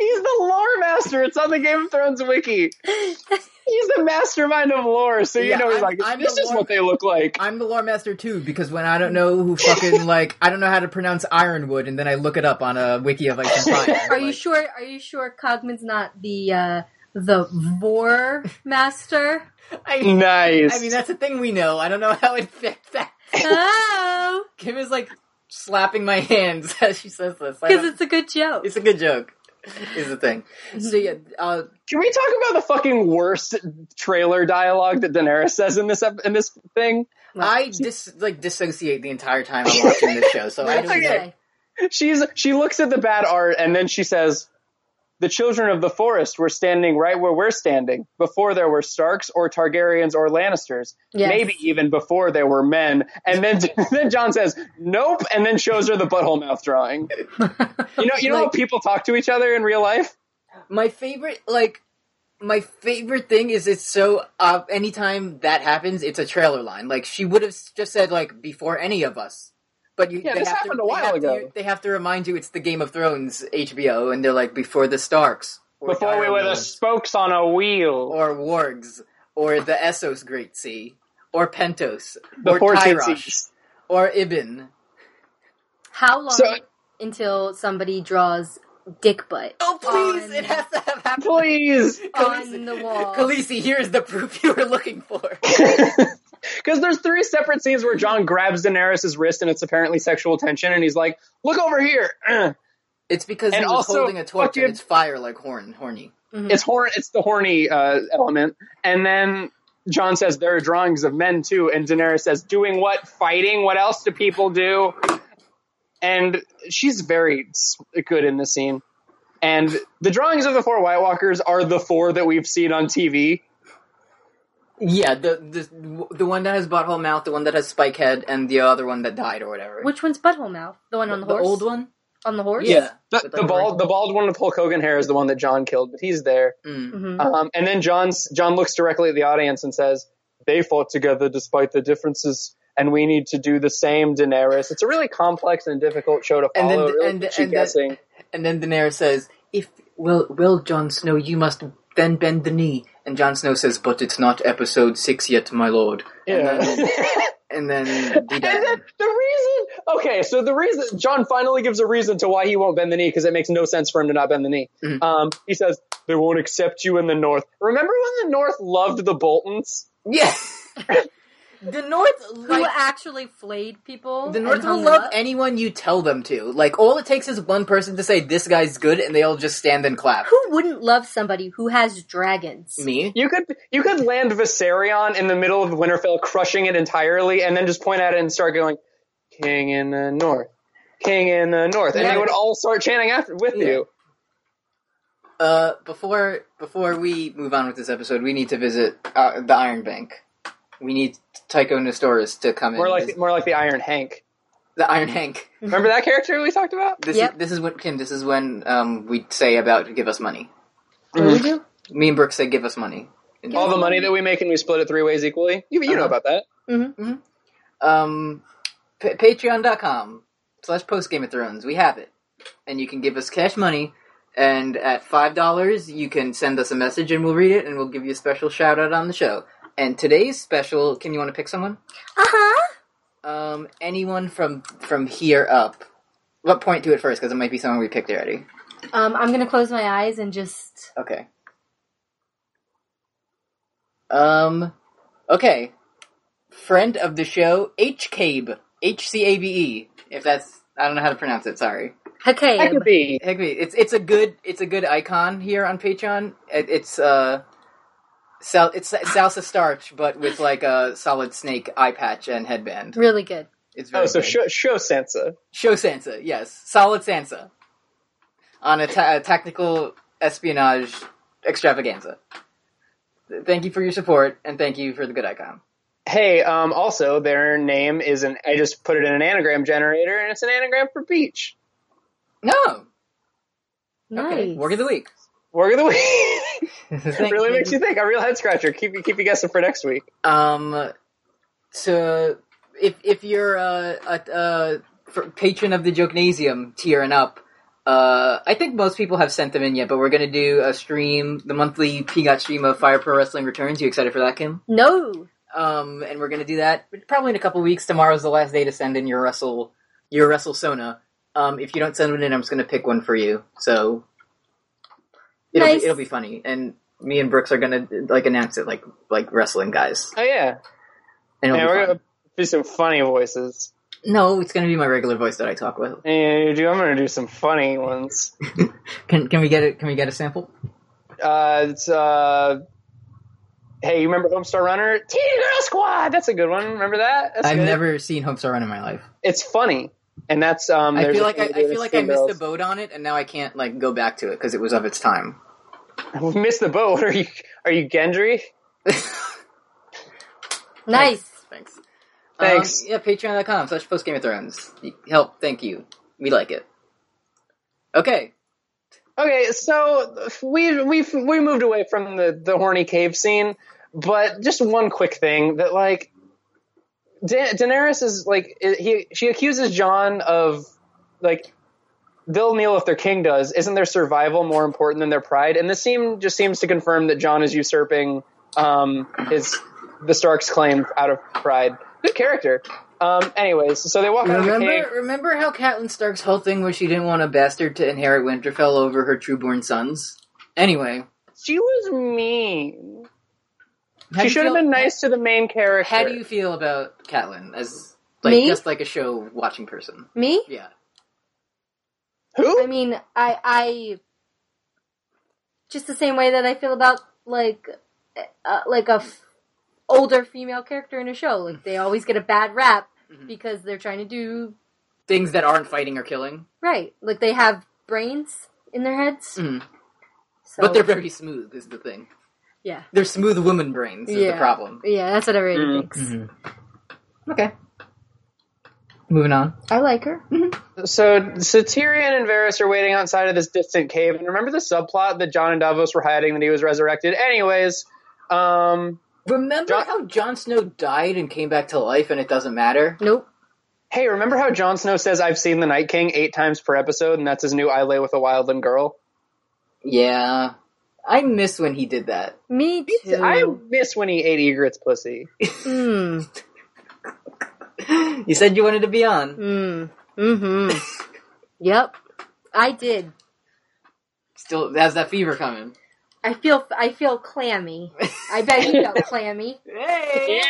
He's the lore master. It's on the Game of
<laughs>
Thrones wiki. He's the mastermind of lore, so you
Yeah,
know he's
I'm-
like,
I'm
this
the
is
lore-
what they look like.
I'm the lore master too because when I don't know who <laughs> fucking like I don't know how to pronounce Ironwood and then I look it up on a wiki of <laughs> Ice and Fire.
Are you sure? Are you sure Cogman's not the uh, the Vor
<laughs>
Master?
I,
nice.
I mean that's a thing we know. I don't know how it fits that.
Oh,
Kim is like slapping my hands <laughs> as she says this. I
because
don't-
it's a good joke.
it's a good joke. Is the thing. <laughs> So yeah, uh,
Can we talk about the fucking worst trailer dialogue that Daenerys says in this ep- in this thing?
I dis like dissociate the entire time I'm watching this show, <laughs> so I
Not
don't
okay.
know.
today.
She's she looks at the bad art and then she says, "The children of the forest were standing right where we're standing before there were Starks or Targaryens or Lannisters.
Yes.
Maybe even before there were men." And then <laughs> then John says, "Nope," and then shows her the butthole
<laughs>
mouth drawing. You know, you know how
Like-
people talk to each other in real life.
my favorite like my favorite thing is it's so uh, anytime that happens it's a trailer line like she would have just said like before any of us but you
Yeah,
they
this
have
happened
to,
a while
they have
ago.
to, they have to remind you it's the game of thrones hbo and they're like before the starks or
Before we
Dire
were the
Wolves,
spokes on a wheel.
or wargs or the essos great sea or pentos
The
or
fourteen
tyrosh
seats.
or ibn
How long
So-
until somebody draws dick butt
oh please
On-
it has to have happened
<laughs> Please.
on the
Oh,
wall?
Khaleesi, here is the proof you were looking for.
Because there's three separate scenes where John grabs Daenerys' wrist and it's apparently sexual tension, and he's like, "Look over here." <clears throat> Uh,
It's because
And
he was
also,
holding a torch
fucking-
and it's fire like horn, horny.
It's horn. It's the horny uh, element. And then John says, "There are drawings of men too," and Daenerys says, "Doing what? Fighting? What else do people do?" and she's very s- good in this scene. And the drawings of the four White Walkers are the four that we've seen on TV.
Yeah, the the the one that has butthole mouth, the one that has spike head, and the other one that died or whatever.
Which one's butthole mouth? The one on the, horse.
old one?
on the horse.
Yeah,
The,
With
the bald, the bald one with Hulk Hogan hair is the one that John killed, but he's there.
Mm.
hmm
Um, and then John's, John looks directly at the audience and says, "They fought together despite the differences, and we need to do the same." Daenerys. It's a really complex and difficult show to
And
follow.
then-
It really
and-
keeps you
and then-
guessing.
And then Daenerys says, "If well, well, Jon Snow, you must then bend the knee." And Jon Snow says, "But it's not episode six yet, my lord."
yeah. <laughs>
And then, and <laughs> then he died.
And then the reason, okay, so the reason John finally gives a reason to why he won't bend the knee because it makes no sense for him to not bend the knee.
Mhm.
Um, he says they won't accept you in the North. Remember when the North loved the Boltons?
yeah. <laughs> The North,
Who
like,
actually flayed people?
the North
and
will
hung
love
them up?
anyone you tell them to. Like, all it takes is one person to say this guy's good, and they all just stand and clap.
Who wouldn't love somebody who has dragons?
Me?
You could you could land Viserion in the middle of Winterfell, crushing it entirely, and then just point at it and start going, "King in the North, King in the North," and they
Yeah.
would all start chanting after with
Yeah.
you.
Uh, before before we move on with this episode, we need to visit uh, the Iron Bank. We need Tycho Nestoris to come in.
More like
This-
more like the Iron Hank.
the Iron Hank.
Remember that character we talked about?
This
Yep.
is this is what Kim. This is when um we say about give us money.
What do we do?
Me and Brooke say give us money. And-
All the money that we make and we split it three ways equally. You, you know
Uh-huh.
about that.
um, pa- patreon.com slash post Game of Thrones. We have it. And you can give us cash money. And at $5, you can send us a message and we'll read it and we'll give you a special shout out on the show. And today's special, can you want to pick someone?
Uh huh.
Um, anyone from from here up. What point to it first? Because it might be someone we picked already.
Um, I'm gonna close my eyes and just.
Okay. Um, okay. Friend of the show, H Cabe. H C A B E. If that's, I don't know how to pronounce it, sorry.
Okay.
That could be.
Higby, it's it's a good it's a good icon here on Patreon. It, it's uh, sal- it's salsa starch, but with like a solid snake eye patch and headband.
Really good.
It's very
Oh, so
good.
show, show Sansa.
show Sansa, yes, solid Sansa on a, ta- a tactical espionage extravaganza. Thank you for your support and thank you for the good icon.
Hey, um, also their name is an. I just put it in an anagram generator, and it's an anagram for beach.
No,
Nice.
okay, work of the week.
Work of the week.
Thank
<laughs> it really
you.
makes you think. A real head scratcher. Keep you keep you guessing for next week.
Um, so if if you're uh, a, a fr- patron of the Jognasium tier and up, uh, I think most people have sent them in yet, but we're gonna do a stream, the monthly PGOT stream of Fire Pro Wrestling returns. You excited for that, Kim?
No.
Um, and we're gonna do that probably in a couple weeks. Tomorrow's the last day to send in your wrestle your wrestle Sona. Um, if you don't send one in, I'm just gonna pick one for you. So it'll
Nice.
be, it'll be funny, and me and Brooks are gonna like announce it like like wrestling guys.
Oh yeah,
And it'll
yeah.
be
We're
fun.
gonna do some funny voices.
No, it's going to be my regular voice that I talk with.
Yeah, dude, I'm gonna do some funny ones.
Can can we get it? Can we get a sample?
Uh, it's uh. Hey, you remember Homestar Runner? Teen Girl Squad. That's a good one. Remember that? That's
I've
good.
never seen Homestar Run in my life.
it's funny, and that's um.
I
there's
feel
a
like I,
thing to
I
do
feel
with
like I
Teen
missed the
Girls.
boat on it, and now I can't like go back to it because it was of its time.
We <laughs> missed the boat. Are you are you Gendry?
Nice.
Thanks.
Thanks.
Um, yeah, patreon.com slash post Game of Thrones. Help, thank you. We like it. Okay.
Okay, so we we we moved away from the the horny cave scene, but just one quick thing that like da- Daenerys is like he she accuses John of like they'll kneel if their king does. Isn't their survival more important than their pride? And this seem just seems to confirm that John is usurping um his the Starks' claim out of pride. Good character. Um. Anyways, so they walk out of the cave.
Remember, remember how Catelyn Stark's whole thing was she didn't want a bastard to inherit Winterfell over her trueborn sons. Anyway,
She was mean.
how do
she
you
should have
feel-
been nice to the main character.
How do you feel about Catelyn as like
Me?
just like a show watching person?
Me?
Yeah.
Who?
I mean, I I just the same way that I feel about like uh, like a f-
Mm-hmm.
older female character in a show. Like they always get a bad rap because they're trying to do
things that aren't fighting or killing,
Right. Like they have brains in their heads.
Mm.
So,
but they're very smooth. Is the thing.
Oh. Yeah.
They're smooth woman brains. Is the
Yeah.
problem.
Yeah, that's what everybody
Mm-hmm.
Mm.
thinks.
Okay. Moving on.
I like her.
So, so Tyrion and Varys are waiting outside of this distant cave. And remember the subplot that John and Davos were hiding that he was resurrected? Anyways, um,
Remember
Jo-
how Jon Snow died and came back to life, and it doesn't matter.
Nope.
hey, remember how Jon Snow says, I've seen the Night King eight times per episode, and that's his new I lay with a wildling girl?
Yeah, I miss when he did that. <laughs>
Me too.
I miss when he ate Egret's pussy.
Mm.
You said you wanted to be on.
Mm. Mm-hmm. yep. I did.
Still has that fever coming.
I feel I feel clammy. I bet
<laughs>
you felt clammy.
Hey!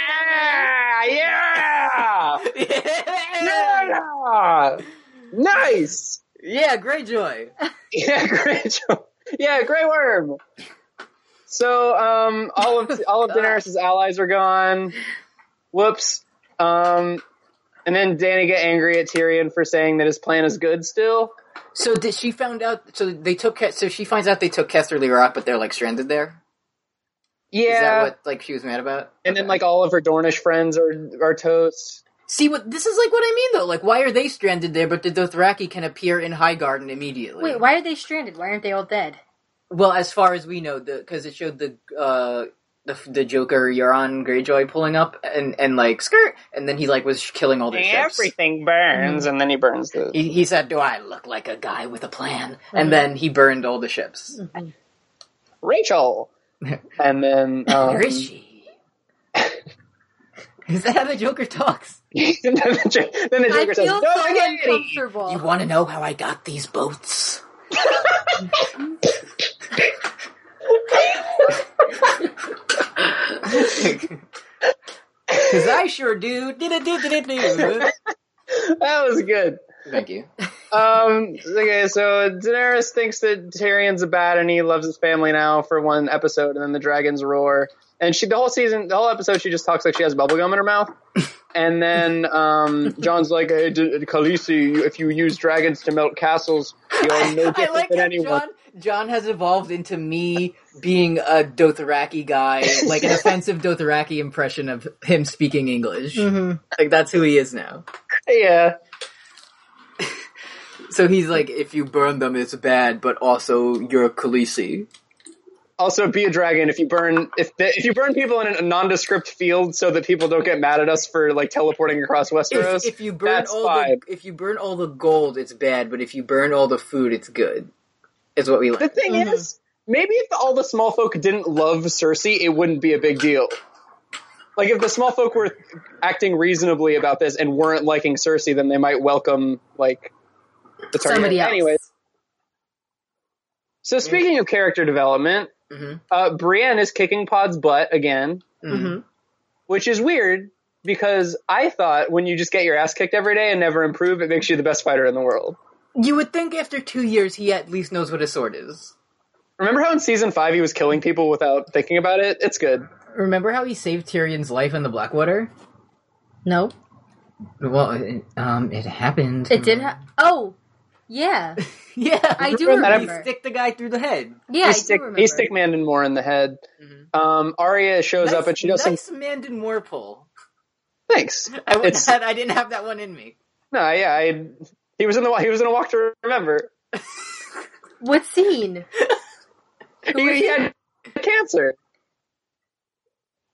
Yeah! Yeah! <laughs> Yeah! Nice!
yeah, great joy.
Yeah, <laughs> great job. Yeah, Grey Worm. So, um, all of all of Daenerys' allies are gone. Whoops. Um, and then Danny get angry at Tyrion for saying that his plan is good still.
So did she found out? So they took. Ke- So she finds out they took Kesterly Rock, but they're like stranded there.
Yeah.
Is that what like she was mad about?
and then
Okay.
like all of her Dornish friends are are toast.
see what this is like. What I mean though, like why are they stranded there? But the Dothraki can appear in Highgarden immediately.
Wait, why are they stranded? Why aren't they all dead?
Well, as far as we know, because it showed the uh, the the Joker Euron Greyjoy pulling up and and like skirt, and then he like was killing all their ships.
Everything burns, and then he burns the.
He, he said, "Do I look like a guy with a plan?" And then he burned all the ships.
Rachel. and then um,
Where is she? <laughs> is that how the Joker talks?
<laughs> then the Jo- then the
I
Joker says,
feel
"No,
so
I get it."
uncomfortable.
You want to know how I got these boats? Cause I sure do. Did-a-do-did-a-do.
That was good.
Thank you.
Um, okay, so Daenerys thinks that Tyrion's a bad, and he loves his family now for one episode, and then the dragons roar, and she the whole season, the whole episode, she just talks like she has bubble gum in
<laughs>
her mouth. And then um, John's like, "Hey, D- Khaleesi, you- if you use dragons to melt castles, you're no
<laughs> I
different
like
than
how
anyone."
John, John has evolved into me being a Dothraki guy, like an offensive Dothraki impression of him speaking English.
Mm-hmm.
Like that's who he is now.
Yeah,
So he's like, if you burn them, it's bad, but also you're Khaleesi.
Also, be a dragon. If you burn, if the, if you burn people in a nondescript field, so that people don't get mad at us for like teleporting across Westeros.
If, if you burn
that's
all
fine.
the if you burn all the gold, it's bad, but if you burn all the food, it's good. Is what we
The
like.
thing
Mm-hmm.
is, maybe if all the small folk didn't love Cersei, it wouldn't be a big deal. Like if the small folk were acting reasonably about this and weren't liking Cersei, then they might welcome like the Targaryen.
Somebody else.
Anyway, so speaking of character development,
Mm-hmm.
Mhm.
uh, Brienne is kicking Pod's butt again.
Mhm.
which is weird because I thought when you just get your ass kicked every day and never improve, it makes you the best fighter in the world.
You would think after two years, he at least knows what a sword is.
Remember how in season five he was killing people without thinking about it? It's good.
Remember how he saved Tyrion's life in the Blackwater?
No,
Well, it, um, it happened.
it did. Ha- oh, yeah,
<laughs> yeah,
I do
Remember that
remember.
You stick the guy through the head.
Yeah, I
he
do
stick
remember.
he stick Mandan more in the head. Um, Arya shows
Nice,
up and she does some
nice Mandan Moore pull.
thanks.
I, wouldn't
It's-
<laughs> had- I didn't have that one in me.
No, yeah, I he was in the he was in a walk to remember.
What scene?
He, he had cancer.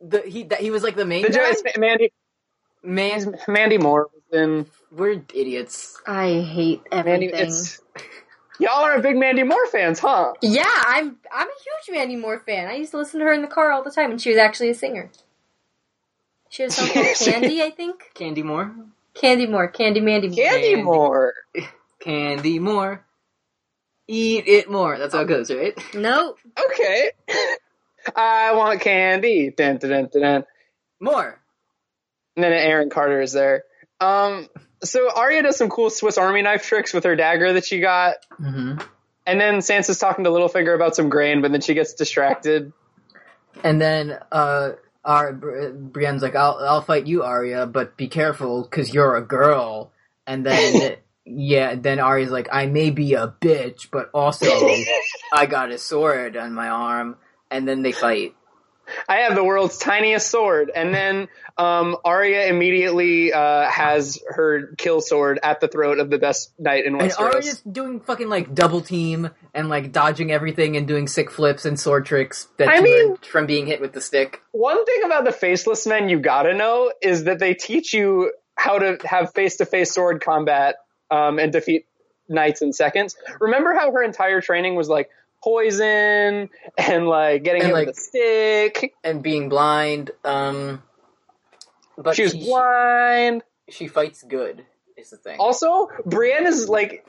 The, he that, he was like the main
The
guy.
it's Mandy
Man,
Mandy Moore was in
we're idiots.
I hate
Mandy.
everything.
It's <laughs> y'all are big Mandy Moore fans, huh?
Yeah, I'm I'm a huge Mandy Moore fan. I used to listen to her in the car all the time, and she was actually a singer. She was something called Candy, I think.
Candy Moore,
Candy Moore, Candy Mandy Moore.
Mandy Moore.
Candy Moore, eat it more. That's how it goes, right?
No,
okay. I want candy. Dun, dun, dun, dun, dun.
More.
And then Aaron Carter is there. Um, so Arya does some cool Swiss Army knife tricks with her dagger that she got.
Mm-hmm.
And then Sansa's talking to Littlefinger about some grain, but then she gets distracted.
And then uh, our Br- Brienne's like, "I'll I'll fight you, Arya, but be careful because you're a girl." and
<laughs>
then yeah, then Arya's like, I may be a bitch, but
<laughs>
also I got a sword on my arm, and then they fight.
I have the world's tiniest sword. And then um, Arya immediately uh, has her kill sword at the throat of the best knight in
And
Westeros.
Arya's doing fucking like double team and like dodging everything and doing sick flips and sword tricks that
I
you
mean-
learned from being hit with the stick.
One thing about the faceless men you gotta know is that they teach you how to have face to face sword combat um, and defeat knights in seconds. Remember how her entire training was like poison and like getting
And,
hit
like-
with a stick.
and being blind. Um, but
She was
she,
blind.
she fights good. Is the thing.
Also, Brienne is like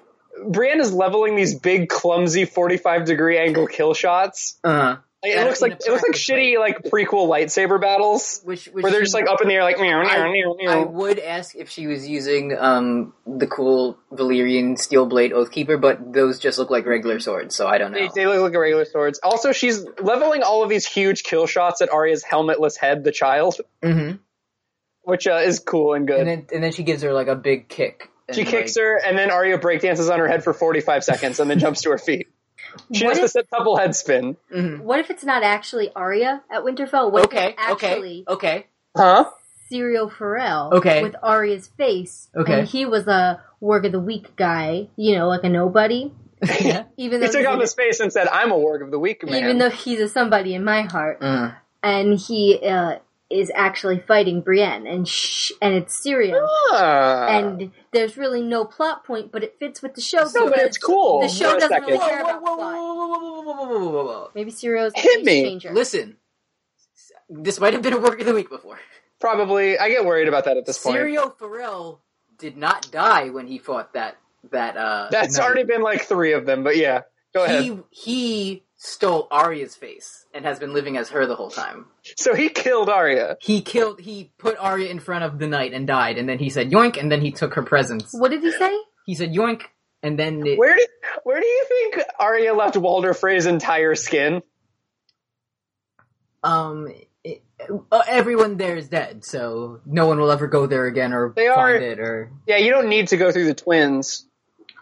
Brienne is leveling these big clumsy 45 degree angle kill shots.
Uh,
Like, it
And
looks like
in a
it looks like
practice
shitty like prequel lightsaber battles
which, which
where they're
she-
just like up in the air like meow meow
I-
meow
I
meow.
would ask if she was using um, the cool Valyrian steel blade Oathkeeper, but those just look like regular swords, so I don't know.
They, they look like regular swords. Also, she's leveling all of these huge kill shots at Arya's helmetless head, the child,
Mhm.
which uh, is cool and good.
And then and then she gives her like a big kick.
she kicks her, and then Arya breakdances on her head for 45 seconds and then jumps to her feet. She
What
does
if-
the septuple head spin.
What if it's not actually Arya at Winterfell? What if
Okay,
it's
okay,
actually
okay.
Huh?
Serial Pharrell
Okay.
with Arya's face?
Okay.
And he was a work of the week guy, you know, like a nobody.
yeah.
<laughs> Even
He
though
took
he's
off
a-
his face and said, I'm a work of the week man.
even though he's a somebody in my heart,
Uh,
and he uh, is actually fighting Brienne, and sh- and it's Syria,
Ah.
and there's really no plot point, but it fits with the show.
No, but
because
it's cool.
The
for
show
a
doesn't
second.
really care
whoa,
about
whoa,
plot.
whoa, whoa, whoa, whoa, whoa, whoa, whoa, whoa.
Maybe Serial's a
Hit
game
me.
changer.
Listen, this might have been a work of the week before.
Probably. I get worried about that at this point.
Serial Pharrell did not die when he fought that that uh
That's
knight.
already been like three of them, but yeah. Go ahead.
he he stole Arya's face and has been living as her the whole time.
so he killed Arya.
He killed he put Arya in front of the knight and died and then he said yoink and then he took her presents.
What did he say?
He said yoink and then it,
Where do where do you think Arya left Walder Frey's entire skin?
um it, uh, everyone there is dead so no one will ever go there again or
They are-
find it or
Yeah, you don't need to go through the twins.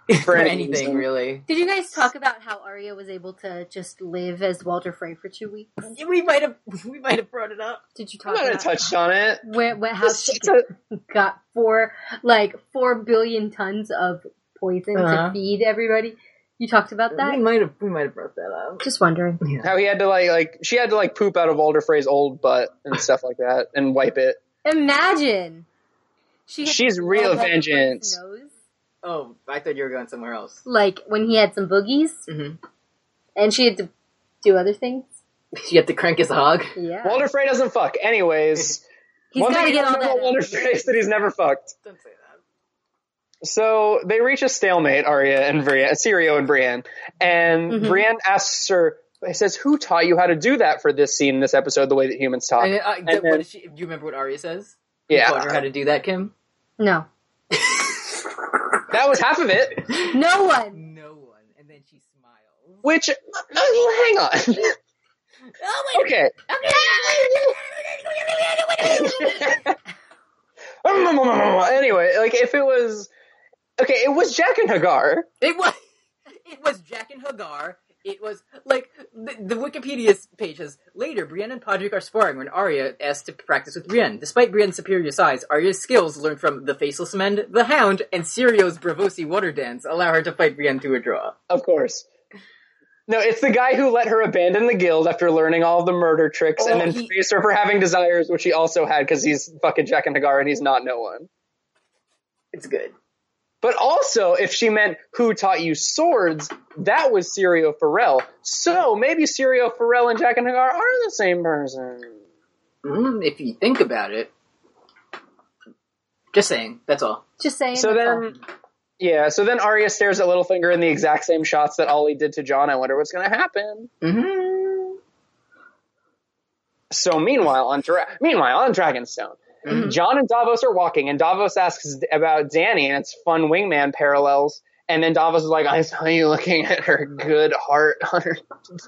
<laughs> for
any
anything
reason.
really.
Did you guys talk about how Arya was able to just live as Walter Frey for two weeks?
We might have we might have brought it up.
Did you
I
talk
might have
about
touched on it.
where, where, how
It's
she
just a-
got four like four billion tons of poison
Uh-huh.
to feed everybody? You talked about that.
We might have we might have brought that up.
Just wondering.
how he had to like like she had to like poop out of Walder Frey's old butt and stuff like that and wipe it.
Imagine. She had
She's real
blood all over his
vengeance.
nose,
Oh, I thought you were going somewhere else.
Like when he had some boogies,
Mhm.
and she had to do other things.
You have to crank his hog.
Yeah,
Walder Frey doesn't fuck. Anyways,
he's
one
got to
thing
get
I
all
know about Walder
that.
Frey is that he's never fucked.
Don't say that.
So they reach a stalemate, Arya and Brienne, Sirio and Brienne, and
Mhm.
Brienne asks her. He says, "Who taught you how to do that for this scene, this episode, the way that humans talk?"
And, uh,
And
th-
then-
what is she, do you remember what Arya says?
Yeah.
You taught her how to do that, Kim?
out. No,
That was half of it.
no one.
No one. And then she smiles.
Which, uh, hang on.
<laughs> Oh, wait.
Okay. <laughs> anyway, like if it was, okay, it was Jack and Hagar.
It was, <laughs> it was Jack and Hagar. It was, like, the, the Wikipedia page says, later, Brienne and Podrick are sparring when Arya asks to practice with Brienne. Despite Brienne's superior size, Arya's skills learned from the Faceless Men, the Hound, and Sirio's Bravosi water dance allow her to fight Brienne to a draw.
Of course. No, it's the guy who let her abandon the guild after learning all the murder tricks
Oh,
and then
he-
praised her for having desires, which he also had because he's fucking Jack and Hagar and he's not no one.
It's good.
But also, if she meant who taught you swords, that was Sirio Farrell. So maybe Sirio Farrell and Jack and Hagar are the same person.
Mm, if you think about it. Just saying. That's all.
Just saying.
So
that's
then, yeah. So then Arya stares at Littlefinger in the exact same shots that Ollie did to John. I wonder what's going to happen.
Mm-hmm.
So meanwhile, on Dra- meanwhile on Dragonstone,
Mhm.
John and Davos are walking, and Davos asks about Danny and its fun wingman parallels. And then Davos is like, "I saw you looking at her good heart on her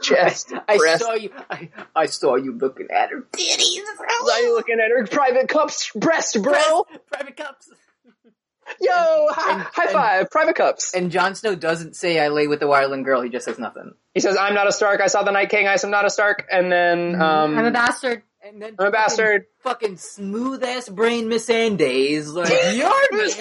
chest. <laughs>
I
breast.
saw you. I, I saw you looking at her titties.
<laughs> Saw you looking at her private cups breast, bro."
Private cups.
Yo, hi,
and-
high
and-
five, private cups.
And Jon Snow doesn't say I lay with the Wireland girl. He just says nothing.
he says, "I'm not a Stark. I saw the Night King. I am not a Stark." And then, um,
I'm a bastard.
And then
I'm
fucking-
a bastard.
Fucking smooth ass brain Miss Andes. <laughs> Like your name is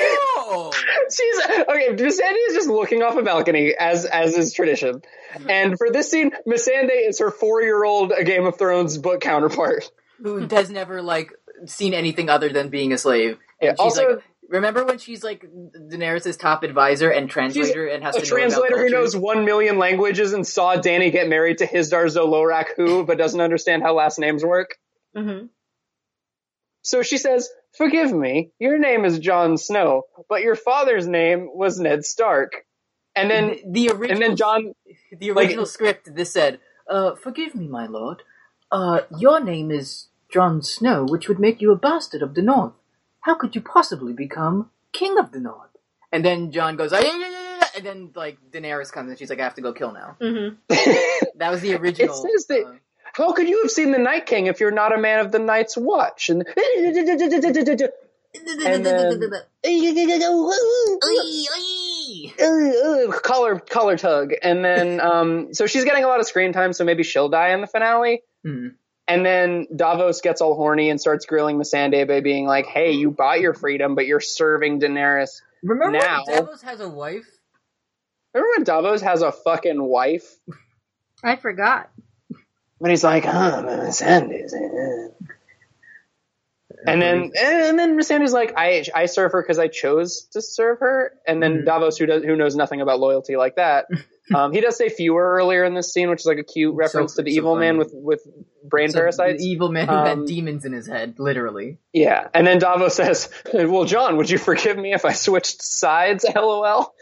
Snow.
<laughs> She's okay. Miss Sandy is just looking off a balcony, as as is tradition. And for this scene, Miss Sandy is her four year old Game of Thrones book counterpart.
who has never like seen anything other than being a slave.
Yeah,
And she's
also-
like, remember when she's like Daenerys' top advisor and translator and has
A
to
translator
know about
who
cultures?
knows one million languages and saw Danny get married to Hisdar Zolorak, who but doesn't understand how last names work.
Mm-hmm.
So she says, "Forgive me. Your name is Jon Snow, but your father's name was Ned Stark." And then,
the, the original
and then John
the original script this said, uh, "Forgive me, my lord. Uh, your name is Jon Snow, which would make you a bastard of the North. How could you possibly become king of the North?" And then John goes, "Ah, yeah, yeah, yeah, yeah," and then like Daenerys comes and she's like, "I have to go kill now."
Mm-hmm.
That <laughs> was the original.
says that-
uh,
How could you have seen the Night King if you're not a man of the Night's Watch? And And then- uh, color color tug, and then um, so she's getting a lot of screen time, so maybe she'll die in the finale.
Hmm.
And then Davos gets all horny and starts grilling Missandei by being like, "Hey, you bought your freedom, but you're serving Daenerys."
Remember
Now-
when Davos has a wife?
Remember when Davos has a fucking wife?
I forgot.
But he's like, huh, man, Sandy's. eh." And then, and then Sandy's like, I, I serve her because I chose to serve her. And then
Mhm.
Davos, who does, who knows nothing about loyalty
<laughs>
like that, um, he does say fewer earlier in this scene, which is like a cute reference to the
so
evil man
funny.
with with brain
So
parasites.
The e- evil man who
Um,
had demons in his head, literally.
yeah. And then Davos says, "Well, John, would you forgive me if I switched sides?" <laughs> LOL.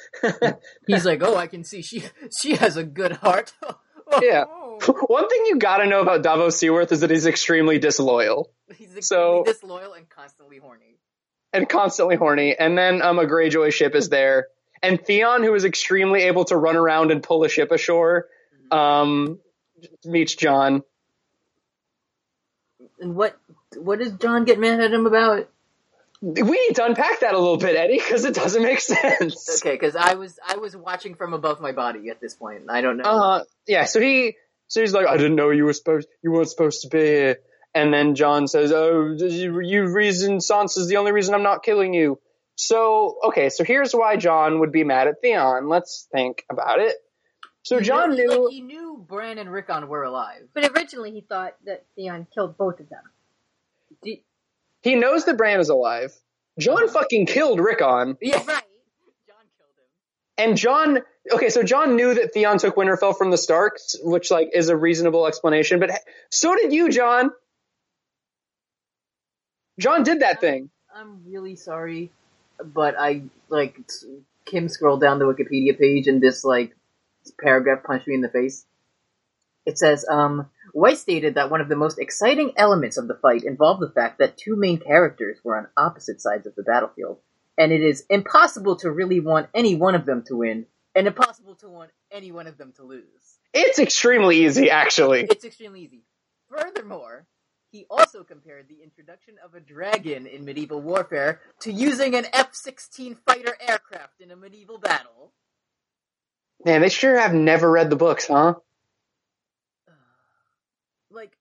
He's like, "Oh, I can see she she has a good heart." <laughs> Oh.
Yeah. One thing you gotta know about Davos Seaworth is that he's extremely disloyal.
<laughs> He's like
So-
disloyal and constantly horny.
and constantly horny. And then um, a Greyjoy ship is there, and Theon, who is extremely able to run around and pull a ship ashore, um, meets John.
And what what does John get mad at him about?
We need to unpack that a little bit, Eddie, because it doesn't make sense.
<laughs> Okay, because I was I was watching from above my body at this point. I don't know.
Uh, yeah. So he, so he's like, I didn't know you were supposed, you weren't supposed to be here. And then John says, Oh, you, you reason Sansa's the only reason I'm not killing you. So okay, so here's why John would be mad at Theon. Let's think about it. So
He
John
knew,
knew.
like, he knew Bran and Rickon were alive.
But originally, he thought that Theon killed both of them.
D-
He knows that Bran is alive. John fucking killed Rickon,
yeah,
Right.
<laughs> John killed him.
and John. Okay, so John knew that Theon took Winterfell from the Starks, which like is a reasonable explanation. But he- so did you, John. John did that thing.
I'm really sorry, but I like s- Kim scrolled down the Wikipedia page and this like paragraph punched me in the face. It says, um, White stated that one of the most exciting elements of the fight involved the fact that two main characters were on opposite sides of the battlefield, and it is impossible to really want any one of them to win, and impossible to want any one of them to lose.
It's extremely easy, actually.
It's extremely easy. Furthermore, he also compared the introduction of a dragon in medieval warfare to using an F 16 fighter aircraft in a medieval battle.
Man, they sure have never read the books, huh?
Like,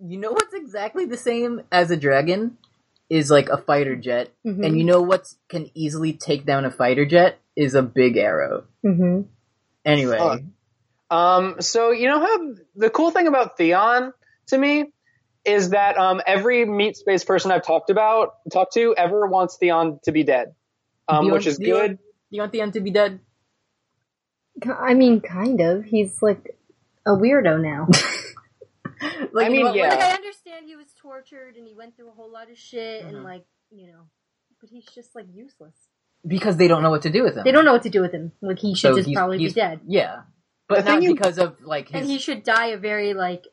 you know what's exactly the same as a dragon? Is like a fighter jet.
Mm-hmm.
Mhm.
And you know what can easily take down a fighter jet? Is a big arrow.
Mm-hmm.
Anyway.
Fuck. Um, so you know how the cool thing about Theon to me is that um, every meat space person I've talked about talked to ever wants Theon to be dead, um,
Do you
which
want-
is
do you want-
good.
do you want the end to be dead?
I mean, kind of. He's like a
<laughs>
weirdo now.
Like,
I
you
mean,
know what?
yeah.
Like I understand he was tortured and he went through a whole lot of shit
Mm-hmm.
and like you know, but he's just like useless.
Because they don't know what to do with him.
They don't know what to do with him. Like he should
So
just
he's-
probably be
he's-
dead,
Yeah, but
The thing
not
you-
because of like his,
and he should die a very like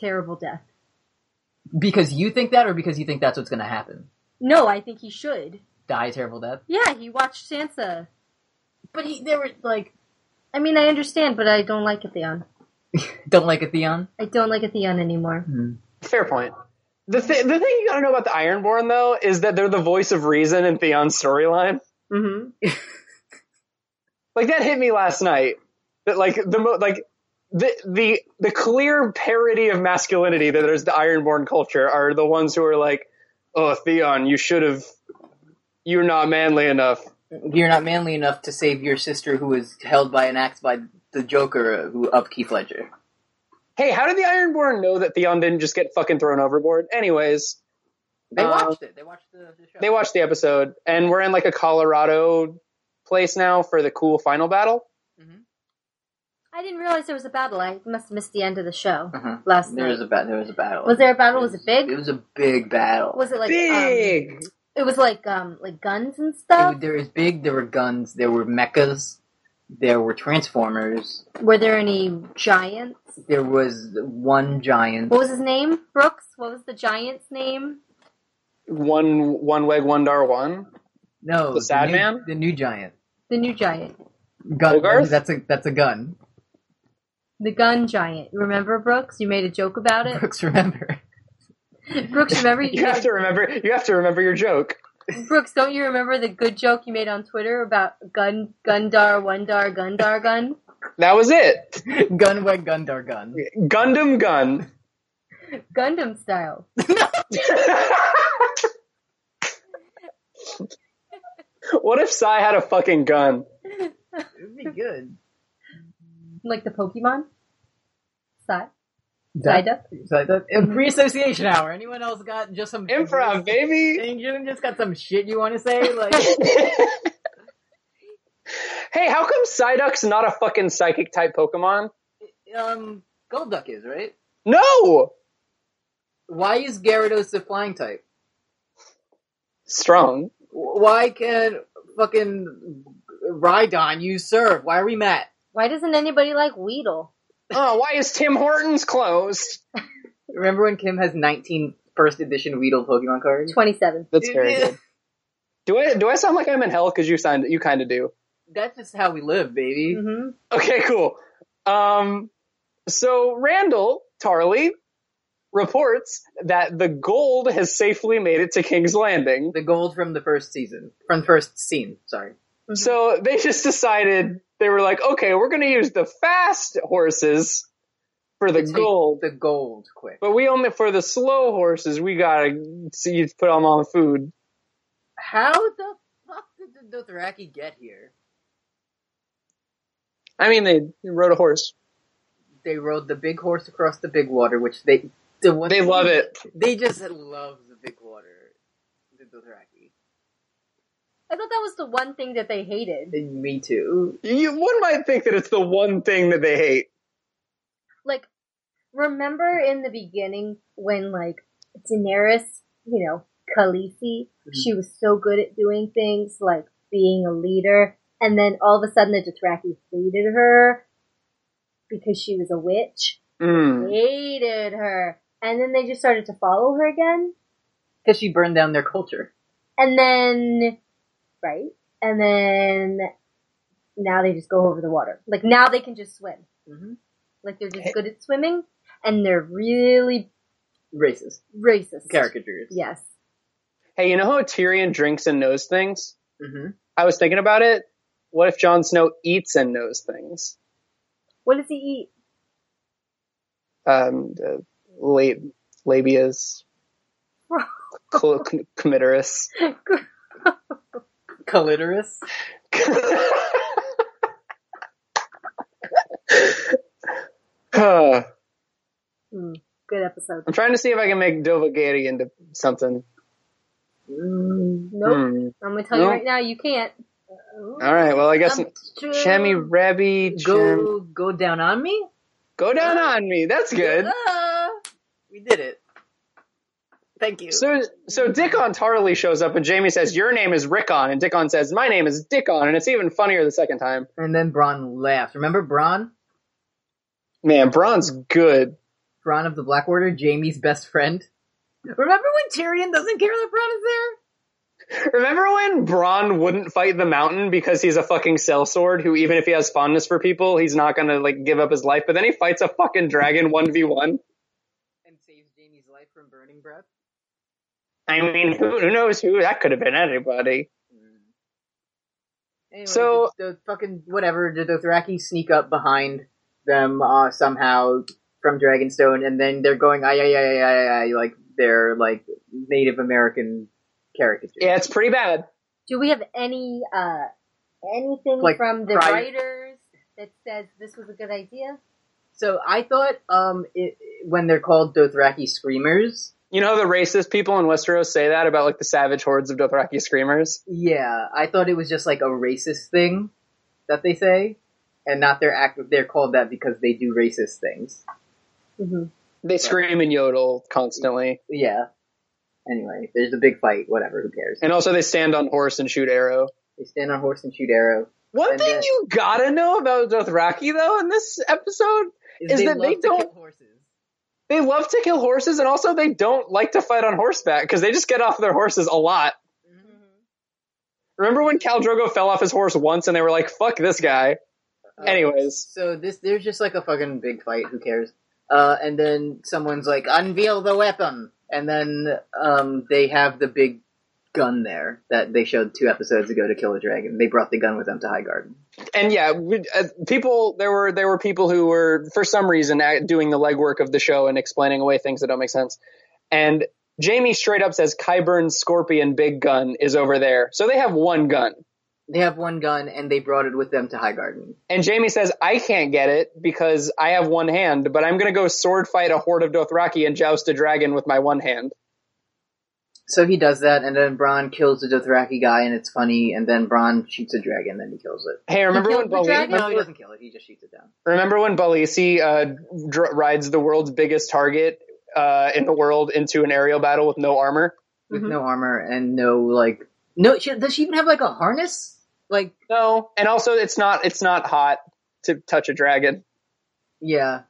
terrible death.
because you think that, or because you think that's what's going to happen.
No, I think he should.
Die a terrible death.
Yeah, he watched Sansa.
But he, they were like,
I mean, I understand, but I don't like a Theon.
don't like a Theon.
I don't like a Theon anymore.
Fair point. The, th- the thing you gotta know about the Ironborn, though, is that they're the voice of reason in Theon's storyline.
Mm-hmm.
<laughs> Like, that hit me last night. That, like, the mo- like, the, the the clear parody of masculinity that there's the Ironborn culture are the ones who are like, oh Theon, you should have, you're not manly enough.
You're not manly enough to save your sister who was held by an axe by the Joker uh, who up Keith Ledger.
Hey, how did the Ironborn know that Theon didn't just get fucking thrown overboard? Anyways,
They
Uh,
watched it. They watched the, the show.
they watched the episode, and we're in like a Colorado place now for the cool final battle.
I didn't realize there was a battle. I must have missed the end of the show
Uh-huh.
last
There
night.
was a ba- there was a battle.
Was there a battle? Was it big?
It was a big battle.
was it like Um,
Big.
it was like um like guns and
It
stuff.
was- there was big. There were guns. There were mechas. There were transformers.
Were there any giants?
There was one giant.
What was his name? Brooks. What was the giant's name?
one one weg one dar one.
no,
the sad
new,
man?
The new giant.
The new giant,
Gun.
Hogarth?
That's a that's a gun. <laughs>
the gun giant. Remember Brooks? You made a joke
<laughs>
about it.
Brooks, remember?
Brooks, remember you
You
made
have to remember. You have to remember your joke.
<laughs> Brooks, don't you remember the good joke you made on Twitter about gun Gundar Wundar Gundar Gun?
That was it.
Gun went Gundar gun.
Gundam gun.
Gundam style.
what if Sai had a fucking gun?
It'd be good.
Like the Pokemon? Side?
That, that, reassociation hour. Anyone else got just some
Improv, baby.
And you just got some shit you want to say?
<laughs>
Like,
Hey, how come Psyduck's not a fucking psychic type Pokemon?
um, Golduck is right.
No,
Why is Gyarados the flying type?
strong.
Why can fucking Rhydon use serve? Why are we mad?
Why doesn't anybody like Weedle?
Oh, why is Tim Hortons closed?
Remember when Kim has 19 first edition Weedle Pokemon cards?
Twenty seven.
That's very good. Do I do I sound like I'm in hell? Because you signed. You kind of do.
That's just how we live, baby.
Mm-hmm.
Okay, cool. Um, so Randall Tarley reports that the gold has safely made it to King's Landing.
The gold from the first season, from first scene. Sorry.
So they just decided they were like, okay, we're going to use the fast horses for the
Take
gold,
The gold, quick.
but we only for the slow horses. We gotta see you put them on food.
How the fuck did the Dothraki get here?
I mean, they rode a horse.
They rode the big horse across the big water, which they the one
They love it.
They just love the big water. The Dothraki.
I thought that was the one thing that they hated.
And me too.
You, one might think that it's the one thing that they hate.
Like, remember in the beginning when like Daenerys, you know, Khaleesi, she was so good at doing things like being a leader, and then all of a sudden the Dothraki hated her because she was a witch.
Mm.
hated her. And then they just started to follow her again.
Because she burned down their culture.
And then, right? And then now they just go over the water. Like now they can just swim.
Mhm.
Like they're just good at swimming and they're really
Racist.
racist.
Caricatures.
Yes.
Hey, you know how Tyrion drinks and knows things?
hmm
I was thinking about it. What if Jon Snow eats and knows things?
What does he eat?
Um, uh, lab- labias, cl- c- clitoris. <sighs>
Clitoris.
Huh.
Hmm. Good episode.
I'm trying to see if I can make Dova Gary into something.
Nope.
Hmm.
I'm gonna tell you
Nope.
right now, you can't.
All right. Well, I guess
Um,
Chemi Rebby Chem-
Go go down on me.
go down on me. That's good.
Ah, we did it. Thank you.
So so Dickon Tarley shows up and Jamie says your name is Rickon and Dickon says my name is Dickon and it's even funnier the second time.
and then Braun laughs. Remember Braun?
Man, Braun's good.
Braun of the Blackwater, Jamie's best friend. Remember when Tyrion doesn't care that Braun is there?
Remember when Braun wouldn't fight the mountain because he's a fucking sellsword who even if he has fondness for people, he's not gonna like give up his life, but then he fights a fucking dragon one v one.
And saves Jamie's life from burning breath.
I mean, who, who knows who that could have been? Anybody?
Anyway,
So-
the, the fucking whatever the Dothraki sneak up behind them uh, somehow from Dragonstone, and then they're going ay ay ay ay ay, ay like they're like Native American caricatures.
Yeah, it's pretty bad.
Do we have any uh anything
Like,
from the
pri-
writers that says this was a good idea?
So I thought um it, when they're called Dothraki screamers,
You know how the racist people in Westeros say that about like the savage hordes of Dothraki screamers?
yeah, I thought it was just like a racist thing that they say, and not their act. They're called that because they do racist things.
They scream and yodel constantly,
Yeah. Anyway, there's a big fight. Whatever. Who cares?
and also they stand on horse and shoot arrow.
They stand on horse and shoot arrow.
One
And
thing
that-
you gotta know about Dothraki though in this episode, Is that they
love to kill
don't-
horses.
they love to kill horses and also they don't like to fight on horseback because they just get off their horses a lot. Remember when Cal Drogo fell off his horse once and they were like, fuck this guy? Anyways.
Uh, So this there's just like a fucking big fight. Who cares? Uh, and then someone's like, "Unveil the weapon," and then um, they have the big gun there that they showed two episodes ago to kill a dragon. They brought the gun with them to High Garden.
And yeah, we, uh, people, there were, there were people who were, for some reason, act- doing the legwork of the show and explaining away things that don't make sense. And Jamie straight up says Kyburn's Scorpion Big Gun is over there. So they have one gun.
They have one gun and they brought it with them to High Garden.
And Jamie says, I can't get it because I have one hand, but I'm going to go sword fight a horde of Dothraki and joust a dragon with my one hand.
So he does that, and then Bronn kills the Dothraki guy, and it's funny. And then Bronn shoots a dragon, then he kills it.
Hey, remember
killed
when
the
Bali-
dragon?
No, he doesn't kill it. He just shoots it down.
remember when Balisi uh, dr- rides the world's biggest target uh, in the world into an aerial battle with no armor?
with
Mhm.
no armor and no like no she, does she even have like a harness like
No, and also it's not it's not hot to touch a dragon.
yeah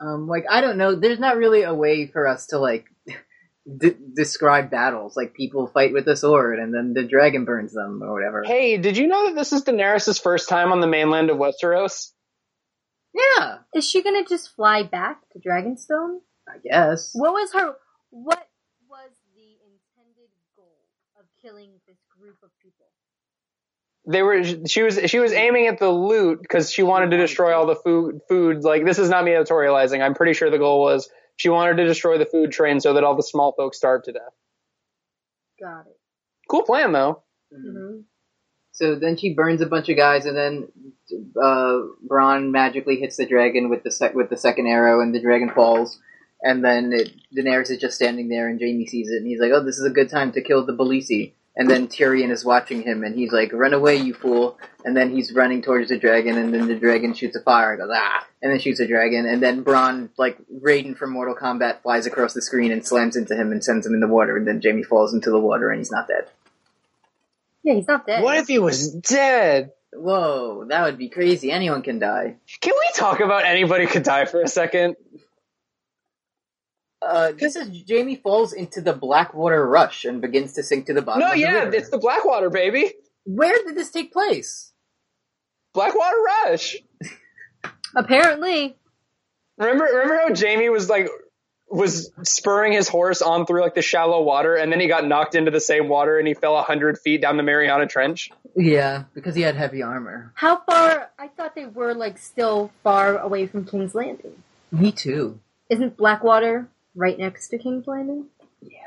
um like i don't know there's not really a way for us to like <laughs> d- describe battles like people fight with a sword and then the dragon burns them or whatever
Hey, did you know that this is Daenerys' first time on the mainland of Westeros?
yeah
Is she gonna just fly back to Dragonstone?
i guess
What was her what was the intended goal of killing this group of people?
They were she was she was aiming at the loot because she wanted to destroy all the food food. Like this is not me editorializing. I'm pretty sure the goal was she wanted to destroy the food train so that all the small folks starved to death.
Got it.
Cool plan though.
Mhm. so then she burns a bunch of guys and then uh Bronn magically hits the dragon with the sec- with the second arrow and the dragon falls and then it, Daenerys is just standing there, and Jamie sees it, and he's like, "Oh, this is a good time to kill the Belisi." And then Tyrion is watching him, and he's like, "Run away, you fool!" And then he's running towards the dragon, and then the dragon shoots a fire and goes ah, and then shoots a dragon, and then Bronn, like Raiden from Mortal Kombat, flies across the screen and slams into him and sends him in the water, and then Jamie falls into the water, and he's not dead.
Yeah, he's not dead.
What if he was dead?
Whoa, that would be crazy. Anyone can die.
Can we talk about anybody could die for a second?
Uh, this is Jamie falls into the Blackwater Rush and begins to sink to the bottom.
No,
of the
yeah,
river.
it's the Blackwater, baby.
Where did this take place?
Blackwater Rush.
Apparently.
Remember remember how Jamie was like was spurring his horse on through like the shallow water and then he got knocked into the same water and he fell a hundred feet down the Mariana Trench?
Yeah, because he had heavy armor.
How far I thought they were like still far away from King's Landing.
Me too.
Isn't Blackwater right next to King's Landing?
Yeah.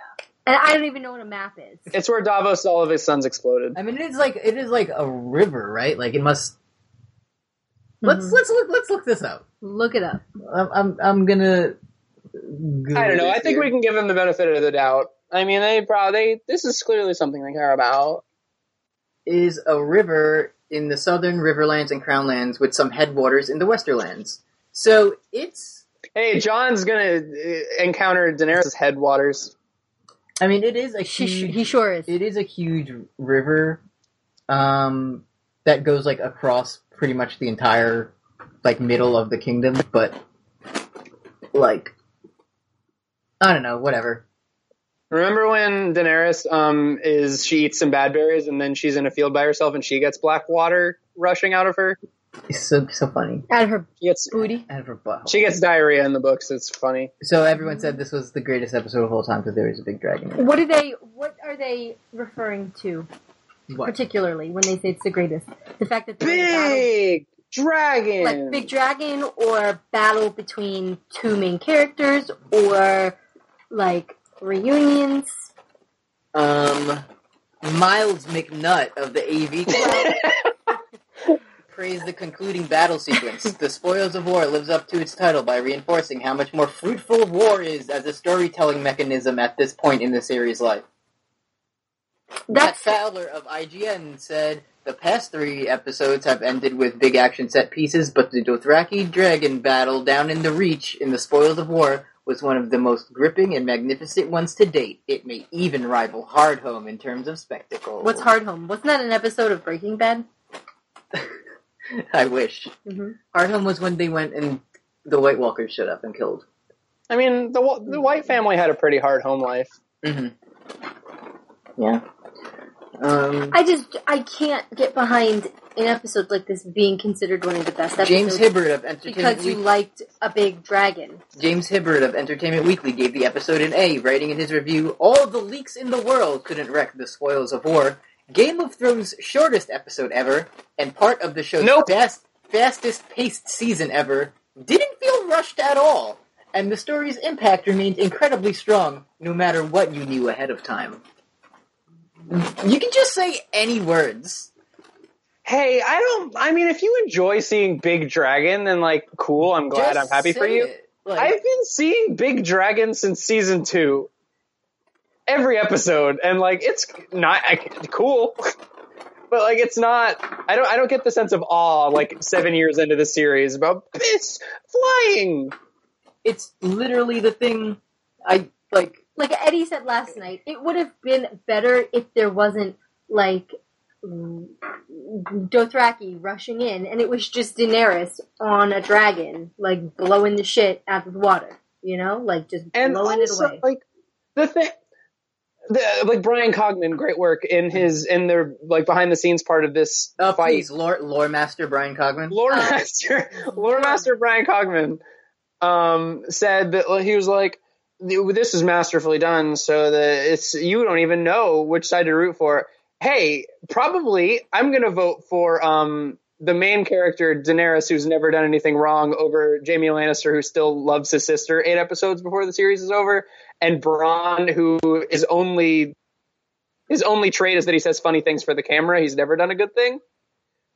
And I don't even know what a map is.
It's where Davos all of his sons exploded.
I mean, it is like it is like a river, right? Like it must. Let's
Mm-hmm.
Mhm.
let's look let's look this up.
Look it up.
I'm I'm, I'm gonna. Google
I don't know.
this
I think
here.
we can give them the benefit of the doubt. I mean they probably this is clearly something they care about.
is a river in the southern Riverlands and Crownlands with some headwaters in the Westerlands. So it's.
Hey, John's gonna uh, encounter Daenerys' headwaters.
I mean, it is a
She,
huge.
Mm, he sure is.
it is a huge river um that goes like across pretty much the entire like middle of the kingdom but like i don't know whatever
Remember when Daenerys um is she eats some bad berries and then she's in a field by herself and she gets black water rushing out of her?
It's so so funny.
Out of her
She gets
booty.
Out of her butthole.
she gets diarrhea in the books. It's funny.
so everyone said this was the greatest episode of all time because there was a big dragon. in it.
What are they? What are they referring to
What?
particularly when they say it's the greatest? The fact that they're in a battle
Big dragon.
like big dragon or battle between two main characters or like reunions.
Um, Miles McNutt of the AV Club praised the concluding battle sequence. The spoils of war lives up to its title by reinforcing how much more fruitful war is as a storytelling mechanism at this point in the series' life. Matt
That's
Fowler of IGN said the past three episodes have ended with big action set pieces, but the Dothraki dragon battle down in the Reach in the Spoils of War was one of the most gripping and magnificent ones to date. It may even rival Hardhome in terms of spectacle.
what's Hardhome. Wasn't that an episode of Breaking Bad?
I wish
Mhm.
Hardhome was when they went and the White Walkers showed up and killed.
I mean, the Wa- the White family had a pretty hard home life.
Mm-hmm. Yeah. Um,
I just I can't get behind an episode like this being considered one of the best episodes
James Hibbert of Entertainment
because you
Weekly.
liked a big dragon.
James Hibbert of Entertainment Weekly gave the episode an A, writing in his review, All the leaks in the world couldn't wreck the spoils of war. Game of Thrones' shortest episode ever, and part of the show's
Nope.
fast, fastest paced season ever, didn't feel rushed at all. And the story's impact remained incredibly strong, no matter what you knew ahead of time. You can just say any words.
Hey, I don't. I mean, if you enjoy seeing Big Dragon, then like, cool. I'm glad.
Just
I'm happy for
say
you.
it. Like,
I've been seeing Big Dragon since season two, every episode, and like, it's not I, cool, <laughs> but like, it's not. I don't. I don't get the sense of awe like seven years into the series about this flying.
it's literally the thing I like.
Like Eddie said last night, it would have been better if there wasn't like Dothraki rushing in, and it was just Daenerys on a dragon, like blowing the shit out of the water. You know, like just
and
blowing
also,
it away.
like the thing the, like Brian Cogman, great work in his in their like behind the scenes part of this
Uh,
fight.
please, lore, lore master Brian Cogman.
Lore
Uh,
Master, Lore Master Brian Cogman um, said that well, he was like, "This is masterfully done, so that it's you don't even know which side to root for." Hey, probably I'm gonna vote for um, the main character Daenerys, who's never done anything wrong, over Jamie Lannister, who still loves his sister eight episodes before the series is over, and Bronn, who is only his only trait is that he says funny things for the camera. He's never done a good thing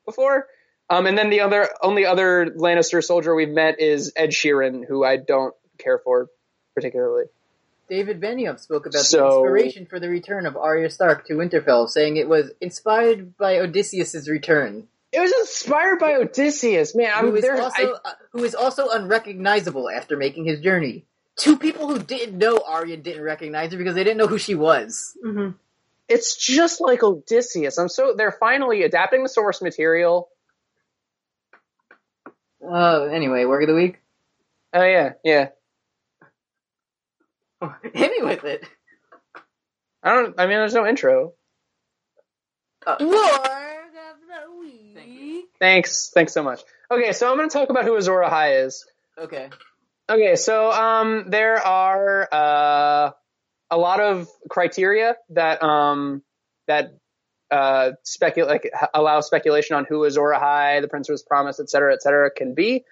before. Um, and then the other only other Lannister soldier we've met is Ed Sheeran, who I don't care for particularly.
David Benioff spoke about the
So-
inspiration for the return of Arya Stark to Winterfell, saying it was inspired by Odysseus' return,
It was inspired by Odysseus, man.
who
I'm
is
there.
also uh, who is also unrecognizable after making his journey. Two people who didn't know Arya didn't recognize her because they didn't know who she was.
Mhm.
it's just like Odysseus. I'm so they're finally adapting the source material.
Uh, anyway, work of the week.
Oh yeah, yeah.
<laughs> Hit me with it.
I don't. I mean, there's no intro.
Warg of the week.
Uh, Thank you.
Thanks, thanks so much. Okay, so I'm going to talk about who Azor Ahai is.
Okay.
Okay, so um, there are uh, a lot of criteria that um, that uh, specu- like h- allow speculation on who Azor Ahai, the Princess Promise, et cetera, et cetera, can be.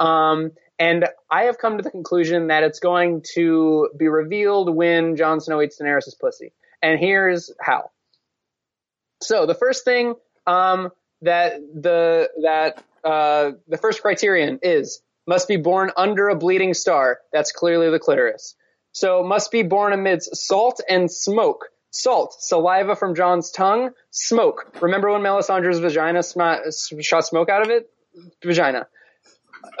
Um, and I have come to the conclusion that it's going to be revealed when Jon Snow eats Daenerys' pussy. And here's how. So the first thing um, that the that uh, the first criterion is must be born under a bleeding star. That's clearly the clitoris. So must be born amidst salt and smoke. Salt, saliva from John's tongue, smoke. Remember when Melisandre's vagina sma- shot smoke out of it? Vagina.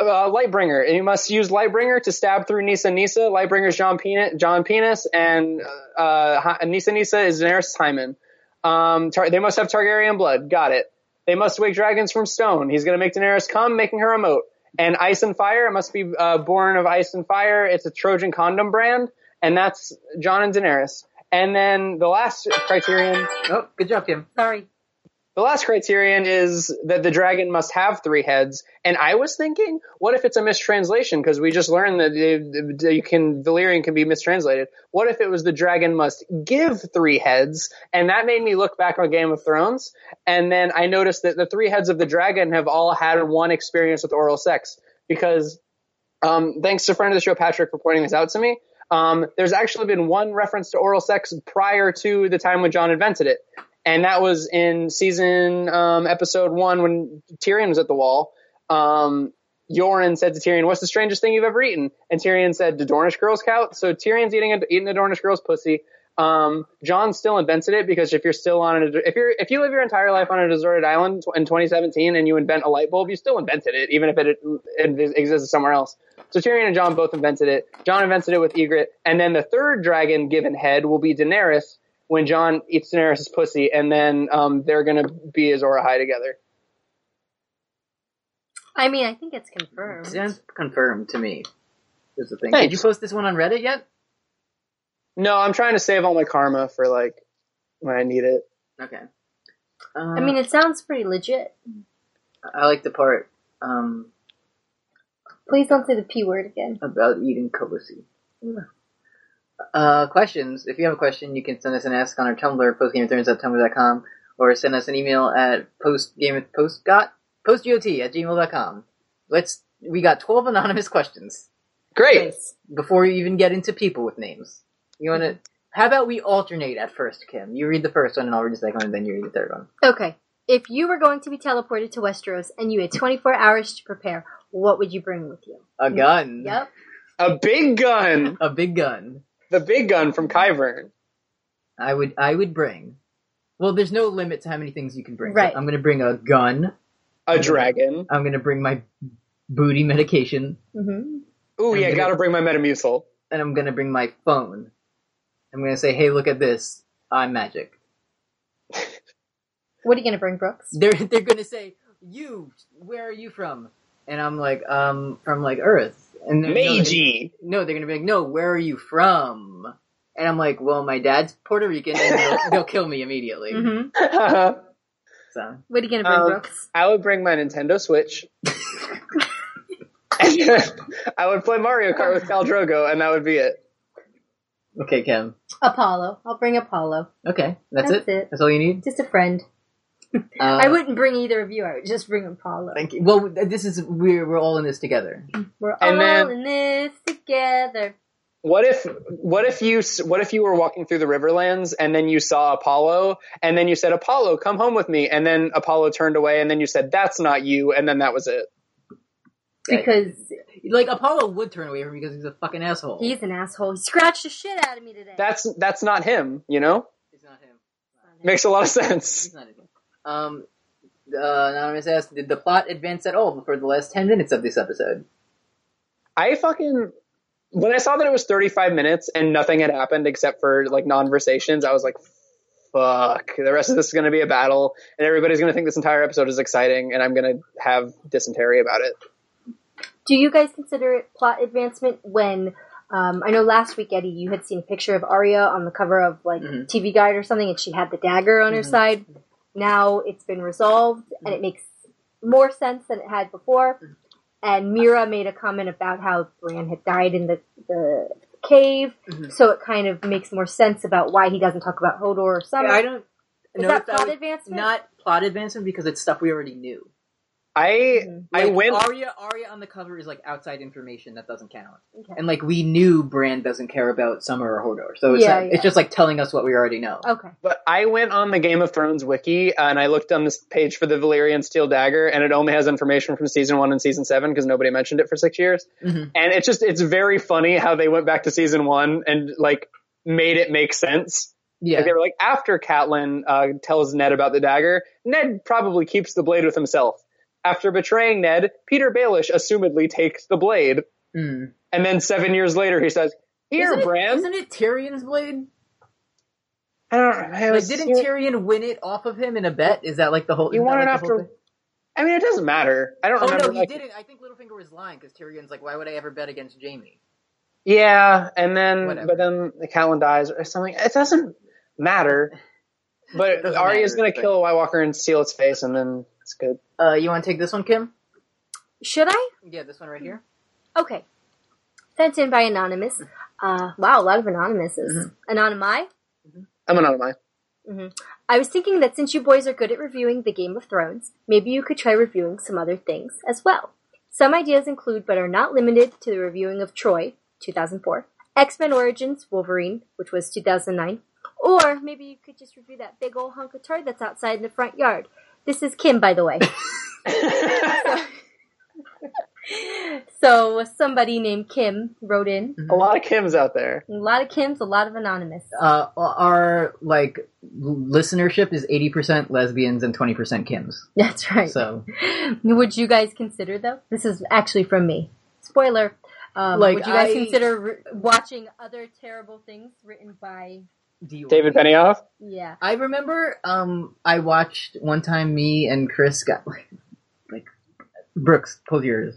Uh, Lightbringer. And you must use Lightbringer to stab through Nisa Nisa. Lightbringer's John, Pen- John Penis, and uh, Hy- Nisa Nisa is Daenerys Hyman. Um, tar- they must have Targaryen blood. Got it. They must wake dragons from stone. He's going to make Daenerys come, making her emote. And Ice and Fire, it must be uh, born of Ice and Fire. It's a Trojan condom brand, and that's John and Daenerys. And then the last criterion.
Oh, good job, Kim.
Sorry.
The last criterion is that the dragon must have three heads. And I was thinking, what if it's a mistranslation? Because we just learned that they, they can Valyrian can be mistranslated. What if it was the dragon must give three heads? And that made me look back on Game of Thrones. And then I noticed that the three heads of the dragon have all had one experience with oral sex because um, thanks to friend of the show Patrick for pointing this out to me. Um, there's actually been one reference to oral sex prior to the time when John invented it, and that was in season um, episode one when Tyrion was at the wall. Um, Yoren said to Tyrion, "What's the strangest thing you've ever eaten?" And Tyrion said, "The Dornish girl's cow." So Tyrion's eating a, eating the Dornish girl's pussy. Um, John still invented it because if you're still on a, if you're if you live your entire life on a deserted island in 2017 and you invent a light bulb, you still invented it, even if it, it existed somewhere else. So Tyrion and John both invented it. John invented it with Egret, and then the third dragon given head will be Daenerys when John eats Daenerys' pussy, and then um, they're gonna be Azor Ahai together.
I mean, I think it's confirmed.
Sounds confirmed to me. Is the thing. Did
Thanks.
you post this one on Reddit yet?
No, I'm trying to save all my karma for like when I need it.
Okay. Uh,
I mean, it sounds pretty legit.
I like the part um,
Please don't say the p word again.
about eating Kobusi. Uh, questions. If you have a question, you can send us an ask on our Tumblr, postgameofthrones.tumblr.com, or send us an email at postgame postgot postgot at gmail.com. Let's. We got twelve anonymous questions
Great.
Nice.
before you even get into people with names. You want to? How about we alternate at first, Kim? You read the first one, and I'll read the second one, and then you read the third one.
Okay. If you were going to be teleported to Westeros and you had 24 hours to prepare, what would you bring with you?
A gun.
Yep.
A big gun.
A big gun.
The big gun from Kyvern.
I would I would bring. Well, there's no limit to how many things you can bring.
Right.
I'm gonna bring a gun.
A dragon.
I'm gonna bring my booty medication,
Mm-hmm.
Ooh, yeah,
Mhm.
gotta bring my Metamucil.
and I'm gonna bring my phone. I'm gonna say, "Hey, look at this! I'm magic."
What are you going to bring, Brooks?
They're they're gonna say, "You, where are you from?" And I'm like, "Um, from like Earth." And they're- no, they-
Meiji.
No, they're gonna be like, "No, where are you from?" And I'm like, "Well, my dad's Puerto Rican, and
<laughs>
they'll, they'll kill me immediately."
Mm-hmm.
I
So
What are you going to bring,
Um,
Brooks?
would bring my Nintendo Switch. <laughs> I would play Mario Kart with Cal Drogo, and that would be it.
okay, Kim.
Apollo. I'll bring Apollo.
Okay, that's,
That's
it?
it.
That's all you need.
Just a friend.
Uh,
I wouldn't bring either of you. I would just bring Apollo.
Thank you. Well, this is we're we're all in this together.
We're all
And then-
in this together.
What if what if you s- what if you were walking through the Riverlands and then you saw Apollo and then you said Apollo come home with me and then Apollo turned away and then you said that's not you and then that was it.
Okay.
Because
Like Apollo would turn away from me because he's a fucking asshole.
he's an asshole. He scratched the shit out of me today.
That's that's not him, you know?
It's not him.
Makes a lot of <laughs> sense.
He's not him. Um, uh, anonymous asked, did the plot advance at all before the last ten minutes of this episode?
I fucking when I saw that it was 35 minutes and nothing had happened except for like non-versations, I was like fuck, the rest of this is going to be a battle and everybody's going to think this entire episode is exciting and I'm going to have dysentery about it.
Do you guys consider it plot advancement when um, I know last week Eddie, you had seen a picture of Arya on the cover of like
Mhm.
TV Guide or something, and she had the dagger on her
Mhm.
side. Now it's been resolved, and
Mm-hmm.
it makes more sense than it had before. And Mira made a comment about how Bran had died in the, the cave,
Mhm.
so it kind of makes more sense about why he doesn't talk about Hodor or something.
I don't.
Um, Is
know
that
if
plot
was-
advancement?
Not plot advancement because it's stuff we already knew.
I I
Like, uh,
went
Arya, Arya on the cover is like outside information that doesn't count,
Okay.
and like we knew Bran doesn't care about Summer or Hodor, so it's
Yeah,
not-
yeah.
it's just like telling us what we already know.
Okay.
But I went on the Game of Thrones wiki uh, and I looked on this page for the Valyrian Steel Dagger, and it only has information from season one and season seven because nobody mentioned it for six years.
Mhm.
And it's just it's very funny how they went back to season one and like made it make sense.
Yeah,
Like, they were like after Catelyn uh, tells Ned about the dagger, Ned probably keeps the blade with himself. After betraying Ned, Peter Baelish assumedly takes the blade,
Mm.
and then seven years later he says, "Here,
isn't it-
Bran."
isn't it Tyrion's blade?
I don't. I
Like,
was-
didn't Tyrion win it off of him in a bet? Is that like the whole?
You
is that,
won it
like, the whole
after-
thing?
I mean, it doesn't matter. I don't
Oh
remember.
no, he
like-
didn't. I think Littlefinger was lying because Tyrion's like, "Why would I ever bet against Jamie?"
Yeah, and then
Whatever.
but then the Catelyn dies or something. It doesn't matter. But
Doesn't
Arya's
matter,
gonna
but-
kill White Walker and steal its face, and then it's good.
Uh, you want to take this one, Kim?
Should I?
Yeah, this one right here.
Okay. That's in by Anonymous. Uh, wow, a lot of Anonymouses. Anonymi?
I'm an
<laughs>
Onomai.
I was thinking that since you boys are good at reviewing the Game of Thrones, maybe you could try reviewing some other things as well. Some ideas include, but are not limited to, the reviewing of Troy, 2004, X Men Origins Wolverine, which was 2009, or maybe you could just review that big old hunk of turd that's outside in the front yard. This is Kim, by the <laughs> way. so somebody named Kim wrote in.
A lot of Kims out there.
A lot of Kims, a lot of anonymous.
Uh, our like listenership is eighty percent lesbians and twenty percent Kims.
That's right.
So
<laughs> Would you guys consider though? This is actually from me. Spoiler. Um,
Like,
would you guys
I-
consider re- watching other terrible things written by?
do you
David Benioff.
Yeah.
I remember um I watched one time me and Chris got like, like Brooks, pull yours.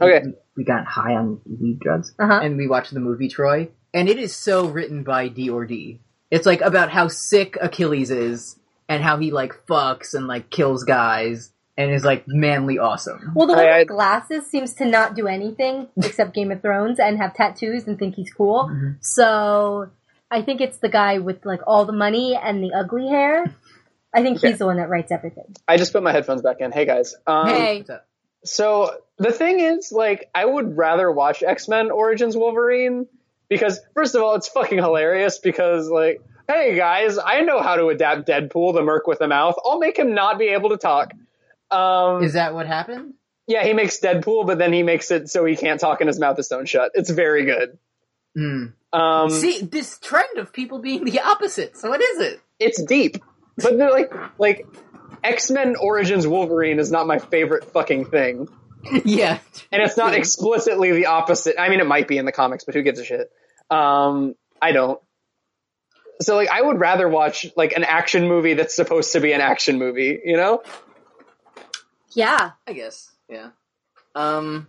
Okay.
We got high on weed drugs
Uh huh.
and we watched the movie Troy. And it is so written by D or D. It's like about how sick Achilles is and how he like fucks and like kills guys and is like manly awesome.
Well, the one
I- I-
with glasses seems to not do <laughs> anything except Game of Thrones and have tattoos and think he's cool. So I think it's the guy with like all the money and the ugly hair. I think
Okay.
he's the one that writes everything.
I just put my headphones back in. Hey guys. Um,
Hey.
What's up?
So the thing is, like, I would rather watch X Men Origins Wolverine because, first of all, it's fucking hilarious because, like, hey guys, I know how to adapt Deadpool, the Merc with a mouth. I'll make him not be able to talk. Um,
Is that what happened?
yeah, he makes Deadpool, but then he makes it so he can't talk and his mouth is sewn shut. It's very good.
Hmm.
Um,
See this trend of people being the opposite. So what is
<laughs>
it?
it's deep, but they're like, like. X Men Origins Wolverine is not my favorite fucking thing.
yeah,
and it's not explicitly the opposite. I mean, it might be in the comics, but who gives a shit? Um, I don't. So like, I would rather watch like an action movie that's supposed to be an action movie. You know?
Yeah.
I guess. Yeah. Um,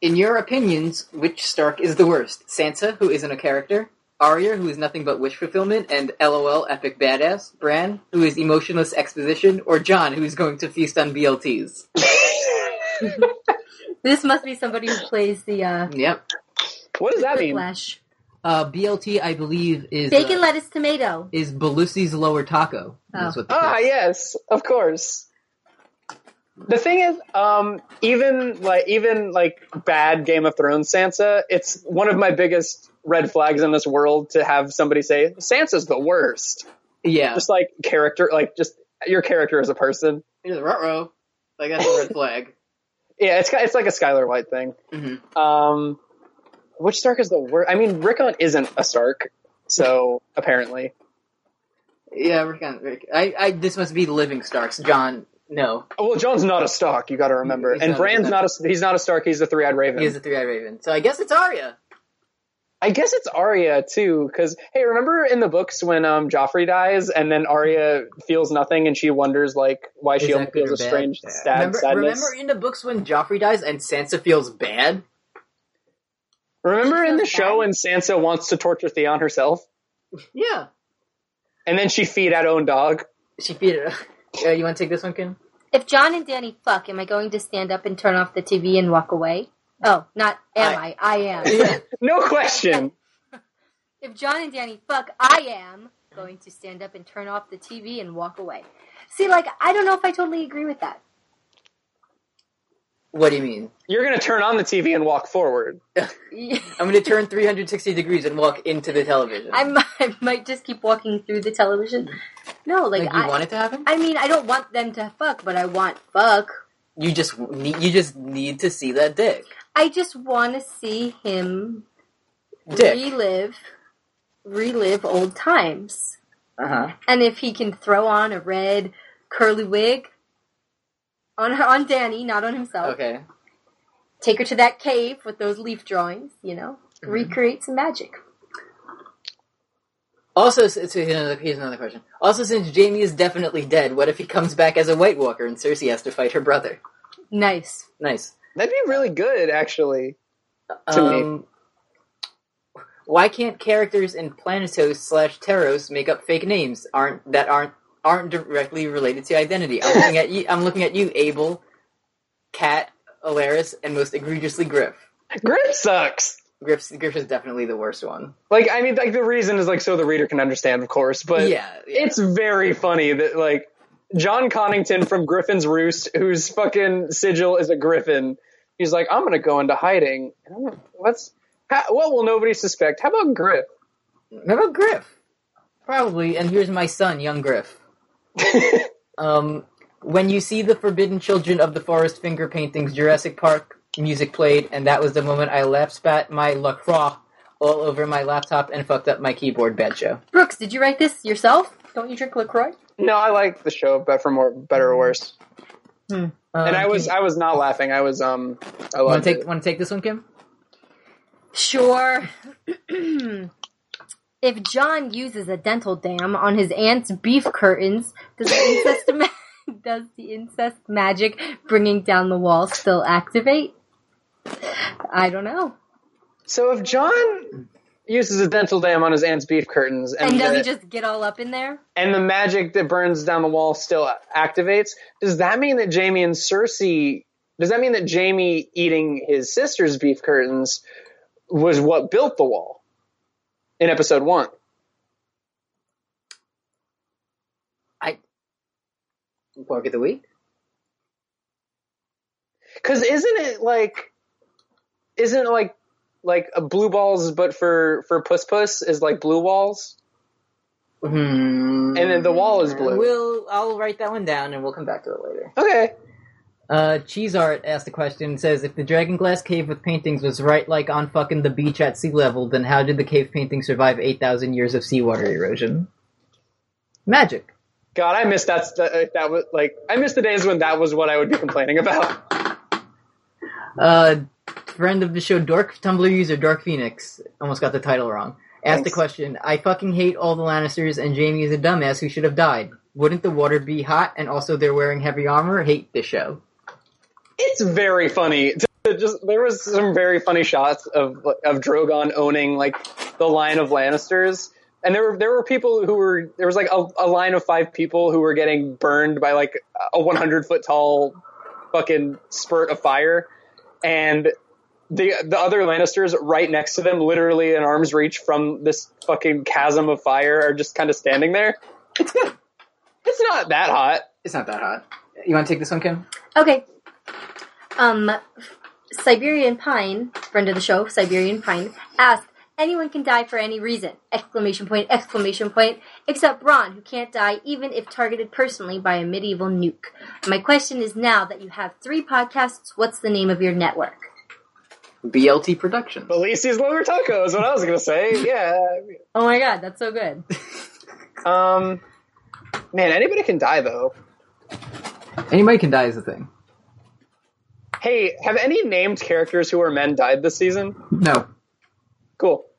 in your opinions, which Stark is the worst? Sansa, who isn't a character, Arya, who is nothing but wish fulfillment, and LOL, epic badass, Bran, who is emotionless exposition, or John, who is going to feast on BLTs?
This must be somebody who plays the uh,
Yep.
What does that mean?
Whiplash.
Uh, BLT, I believe, is uh,
Bacon, lettuce, tomato.
is Belusi's lower taco. That's
Oh.
what the
Ah,
kids-
yes, of course. The thing is, um, even like even like bad Game of Thrones Sansa, it's one of my biggest red flags in this world to have somebody say Sansa's the worst.
yeah.
Just like character, like just your character as a person.
Here's Ruh-roh. I got the red flag.
Yeah, it's ki- it's like a Skylar White thing.
Mhm.
Um, which Stark is the worst? I mean, Rickon isn't a Stark, so apparently.
Yeah, Rick, on- Rick. I, I, this must be living Starks. John, no.
Oh, Well, John's not a Stark. You got to remember.
He's
and
not-
Bran's
he's not-
not a he's not a Stark. He's a three eyed Raven.
He is a three-eyed raven. So I guess it's Arya.
I guess it's Arya too, because hey, remember in the books when um Joffrey dies and then Arya feels nothing and she wonders like why
Is
she
that
only
good
feels
or
a
bad?
strange
Yeah.
sad
remember,
sadness.
Remember in the books when Joffrey dies and Sansa feels bad?
Remember in the
Feels
show
bad?
when Sansa wants to torture Theon herself
Yeah.
and then she feed at own dog.
She beat <laughs> it. Uh, you want to take this one, Kim?
If John and Danny fuck, am I going to stand up and turn off the TV and walk away? Oh, not am I. I,
<laughs>
am.
No question.
if John and Danny fuck, I am going to stand up and turn off the TV and walk away. See, like, I don't know if I totally agree with that. <laughs>
What do you mean?
You're gonna turn on the TV and walk forward.
I'm going to turn 360 degrees and walk into the television.
I might, I might just keep walking through the television. No, like,
like, you
I,
want it to happen?
I mean, I don't want them to fuck, but I want fuck.
you just need, you just need to see that dick.
I just want to see him
Dick.
relive, relive old times.
Uh huh.
And if he can throw on a red curly wig on on Danny, not on himself,
Okay.
take her to that cave with those leaf drawings, you know, recreate some magic.
Also, so here's another, here's another question. Also, since Jamie is definitely dead, what if he comes back as a White Walker and Cersei has to fight her brother?
Nice.
Nice.
That'd be really good, actually. to me.
um, Why can't characters in Planetos slash Teros make up fake names aren't that aren't aren't directly related to identity. I'm looking at you. I'm looking at you, Abel, Cat, Alaris, and most egregiously Griff.
Grip sucks.
Griff's Griff is definitely the worst one.
Like, I mean, like the reason is like so the reader can understand, of course, but
yeah, yeah.
it's very funny that like John Connington from Griffin's Roost, whose fucking sigil is a griffin, he's like, I'm gonna go into hiding. And I'm gonna, what's how, what will nobody suspect? How about Griff?
Remember Griff? Probably. And here's my son, young
<laughs>
Griff. um, when you see the forbidden children of the forest finger paintings, Jurassic Park music played, and that was the moment I lap spat my lacroix all over my laptop and fucked up my keyboard bad show.
Brooks, did you write this yourself? Don't you drink LaCroix?
No, I like the show, but for more better or worse.
Um,
And I was I was not laughing. I was um I
want
loved
to take
it.
want to take this one, Kim?
Sure. <clears throat> if John uses a dental dam on his aunt's beef curtains, does the incest ma- <laughs> does the incest magic bringing down the wall still activate? I don't know.
So if John uses a dental dam on his aunt's beef curtains and,
And does
the,
he just get all up in there?
and the magic that burns down the wall still activates, does that mean that Jamie and Cersei does that mean that Jamie eating his sister's beef curtains was what built the wall in episode one?
I Park of the Week.
Because isn't it like, isn't it like, like a blue balls, but for for puss puss is like blue walls,
Hmm.
and then the wall is blue.
We'll I'll write that one down and we'll come back to it later.
okay,
Uh, Cheese Art asked the question and says, if the Dragon Glass Cave with paintings was right like on fucking the beach at sea level, then how did the cave painting survive 8,000 years of seawater erosion? Magic.
God, I miss that. That, that was like I miss the days when that was what I would be complaining about.
Uh, friend of the show, Dork Tumblr user Dork Phoenix, almost got the title wrong, asked the
Thanks.
question, I fucking hate all the Lannisters and Jamie is a dumbass who should have died. Wouldn't the water be hot and also they're wearing heavy armor? Hate the show.
It's very funny. It Just there was some very funny shots of of Drogon owning like the line of Lannisters. And there were there were people who were there was like a, a line of five people who were getting burned by like a 100 foot tall fucking spurt of fire, and the the other Lannisters right next to them, literally in arm's reach from this fucking chasm of fire, are just kind of standing there.
It's good.
It's not that hot.
It's not that hot. You want to take this one, Kim?
Okay. Um, Siberian Pine, friend of the show, Siberian Pine, asked, anyone can die for any reason, exclamation point, exclamation point, except Ron, who can't die even if targeted personally by a medieval nuke. My question is now that you have three podcasts, what's the name of your network?
BLT Productions.
Belisi's Lover Taco is what I was gonna say. Yeah.
Oh my god, that's so good.
Um, man, anybody can die though.
Anybody can die is the thing.
Hey, have any named characters who are men died this season?
No.
Cool. <laughs>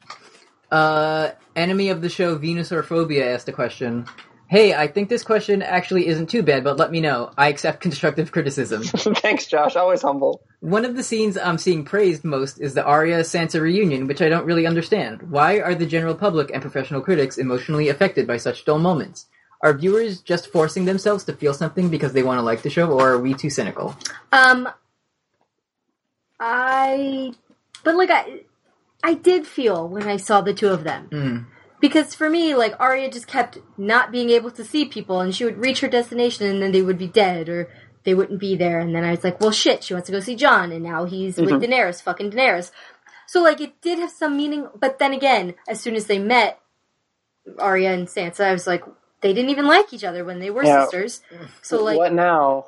Uh, enemy of the show Venusaurphobia asked a question. Hey, I think this question actually isn't too bad, but let me know. I accept <laughs> constructive <laughs> criticism.
Thanks, Josh. Always humble.
One of the scenes I'm seeing praised most is the Arya Sansa reunion, which I don't really understand. Why are the general public and professional critics emotionally affected by such dull moments? Are viewers just forcing themselves to feel something because they want to like the show, or are we too cynical?
Um, I, but like I, I did feel when I saw the two of them
Mm.
because for me, like Arya just kept not being able to see people, and she would reach her destination, and then they would be dead or they wouldn't be there, and then I was like, well, shit, she wants to go see John, and now he's with Daenerys, fucking Daenerys. So like it did have some meaning, but then again, as soon as they met Arya and Sansa, I was like, they didn't even like each other when they were
Yeah.
sisters. So like,
what now?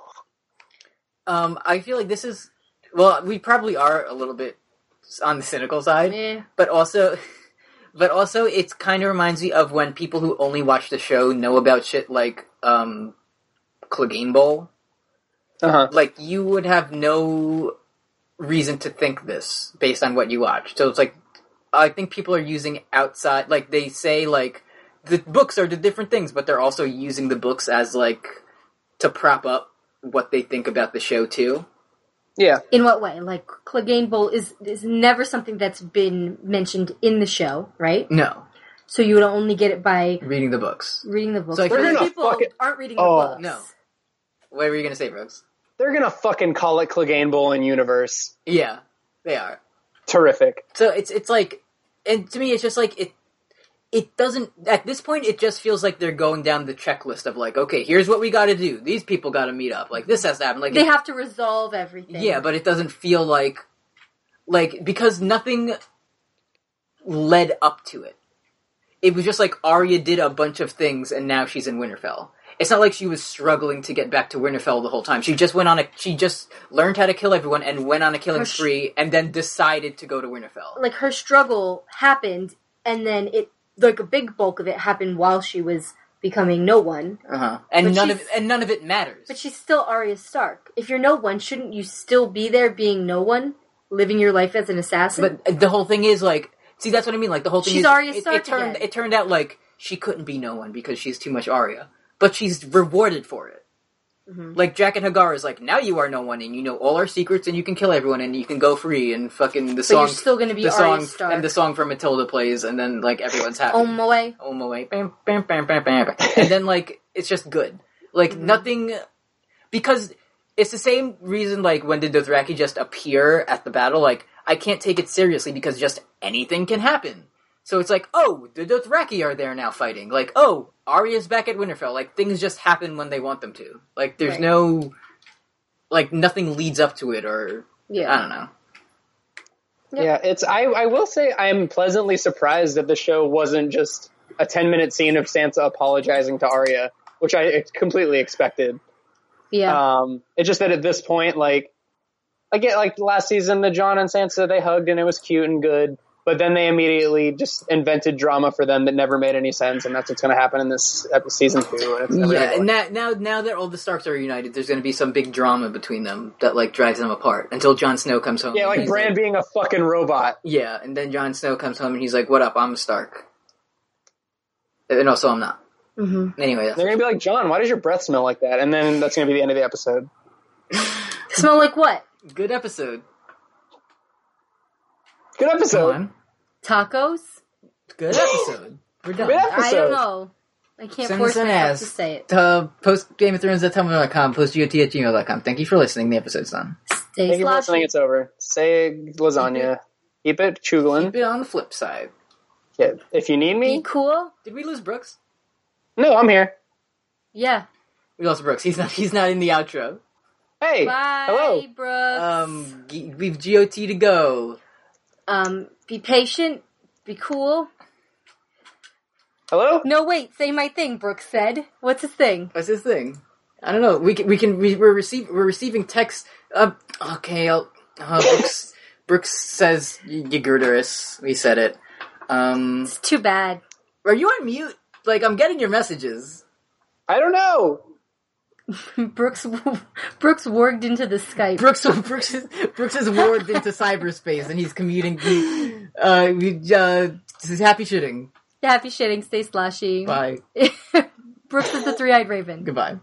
Um, I feel like this is well, we probably are a little bit on the cynical side.
eh.
but also <laughs> but also it's kind of reminds me of when people who only watch the show know about shit like um Clegane Bowl.
Uh huh.
Like you would have no reason to think this based on what you watch. So it's like I think people are using outside like they say like the books are the different things, but they're also using the books as like to prop up what they think about the show too.
Yeah.
In what way? Like
Mm.
Clegane Bowl is is never something that's been mentioned in the show, right?
No.
So you would only get it by
Reading the books.
reading the books.
So I
But
feel
these
like-
people
fucking-
aren't reading
Oh.
the books.
No. What were you gonna say, Brooks?
They're gonna fucking call it Clegane Bowl and Universe.
Yeah, they are.
Terrific.
So it's it's like, and to me, it's just like it. It doesn't at this point. It just feels like they're going down the checklist of like, okay, here's what we got to do. These people got to meet up. Like this has to happen. Like
They have to resolve everything.
Yeah, but it doesn't feel like like because nothing led up to it. It was just like Arya did a bunch of things and now she's in Winterfell. It's not like she was struggling to get back to Winterfell the whole time. She just went on a she just learned how to kill everyone and went on a killing
Her sh-
spree and then decided to go to Winterfell.
like her struggle happened and then it like a big bulk of it happened while she was becoming no one.
Uh-huh. And
But
none of
she's-
and none of it matters.
But she's still Arya Stark. If you're no one, shouldn't you still be there being no one, living your life as an assassin?
But the whole thing is like, see, that's what I mean. Like the whole thing
She's
is
Arya
it,
Stark
it turned
again.
it turned out like she couldn't be no one because she's too much Arya, but she's rewarded for it.
Mm-hmm.
Like Jack and Hagar is like, now you are no one, and you know all our secrets, and you can kill everyone, and you can go free, and fucking the
But
song,
you're still going to be
the
Arya
song,
Stark.
and the song from Matilda plays, and then like everyone's happy.
Oh my!
Oh my way, bam, bam, bam, bam, bam, and then like it's just good. Like nothing, because it's the same reason. Like when did Dothraki just appear at the battle? Like I can't take it seriously because just anything can happen. So it's like, oh, the Dothraki are there now fighting. Like, oh, Arya's back at Winterfell. Like things just happen when they want them to. Like there's
Right.
no, like nothing leads up to it, or I
Yeah,
don't know.
Yep.
Yeah, it's. I, I will say I'm pleasantly surprised that the show wasn't just a 10 minute scene of Sansa apologizing to Arya, which I ex- completely expected.
Uh,
yeah.
Um, it's just that at this point, like, I get like last season, the John and Sansa they hugged and it was cute and good, but then they immediately just invented drama for them that never made any sense, and that's what's going to happen in this ep- season two. And it's never
Yeah,
gonna
and
work.
that, now now that all the Starks are united, there's going to be some big drama between them that like drives them apart until Jon Snow comes home.
yeah,
and
like
he's
Bran being a fucking robot.
yeah, and then Jon Snow comes home and he's like, "What up? I'm a Stark." And no, so I'm not.
hmm
Mm-hmm.
Anyway, that's,
They're going to be like, John, why does your breath smell like that? And then that's going to be the end of the episode.
Smell like what?
good episode.
Good
Come
episode.
on,
Tacos?
good
<gasps>
episode. We're done.
Good episode.
I don't know. I can't
Send
force
us an
myself
ass.
to say it.
Uh, post Game of Thrones at tumblr.com, post GOT at gmail.com. Thank you for listening. The episode's done.
Stay
Thank you for
sloshy.
listening. It's over. Say lasagna. Keep it
Keep
chuglin.
it on the flip side.
Yeah. If you need
Be
me,
cool.
Did we lose Brooks?
no, I'm here.
Yeah.
We lost Brooks. He's not. He's not in the outro.
Hey,
Bye,
hello.
Brooks.
Um, g- we've GOT to go.
um, be patient. Be cool.
Hello?
No, wait. Say my thing. Brooks said. What's his thing?
What's his thing? I don't know. We can, we can we, we're receive we're receiving texts. Uh, okay, I'll, uh, Brooks Brooks says Yigurderus. We said it. Um,
It's too bad.
are you on mute? Like I'm getting your messages.
I don't know.
Brooks <laughs> Brooks warged into the Skype.
Brooks <laughs> Brooks is, Brooks is warped into cyberspace and he's commuting. He, uh, we, uh, this is happy shitting.
Happy shitting. Stay sloshy.
Bye.
<laughs> Brooks is the three-eyed raven.
Goodbye.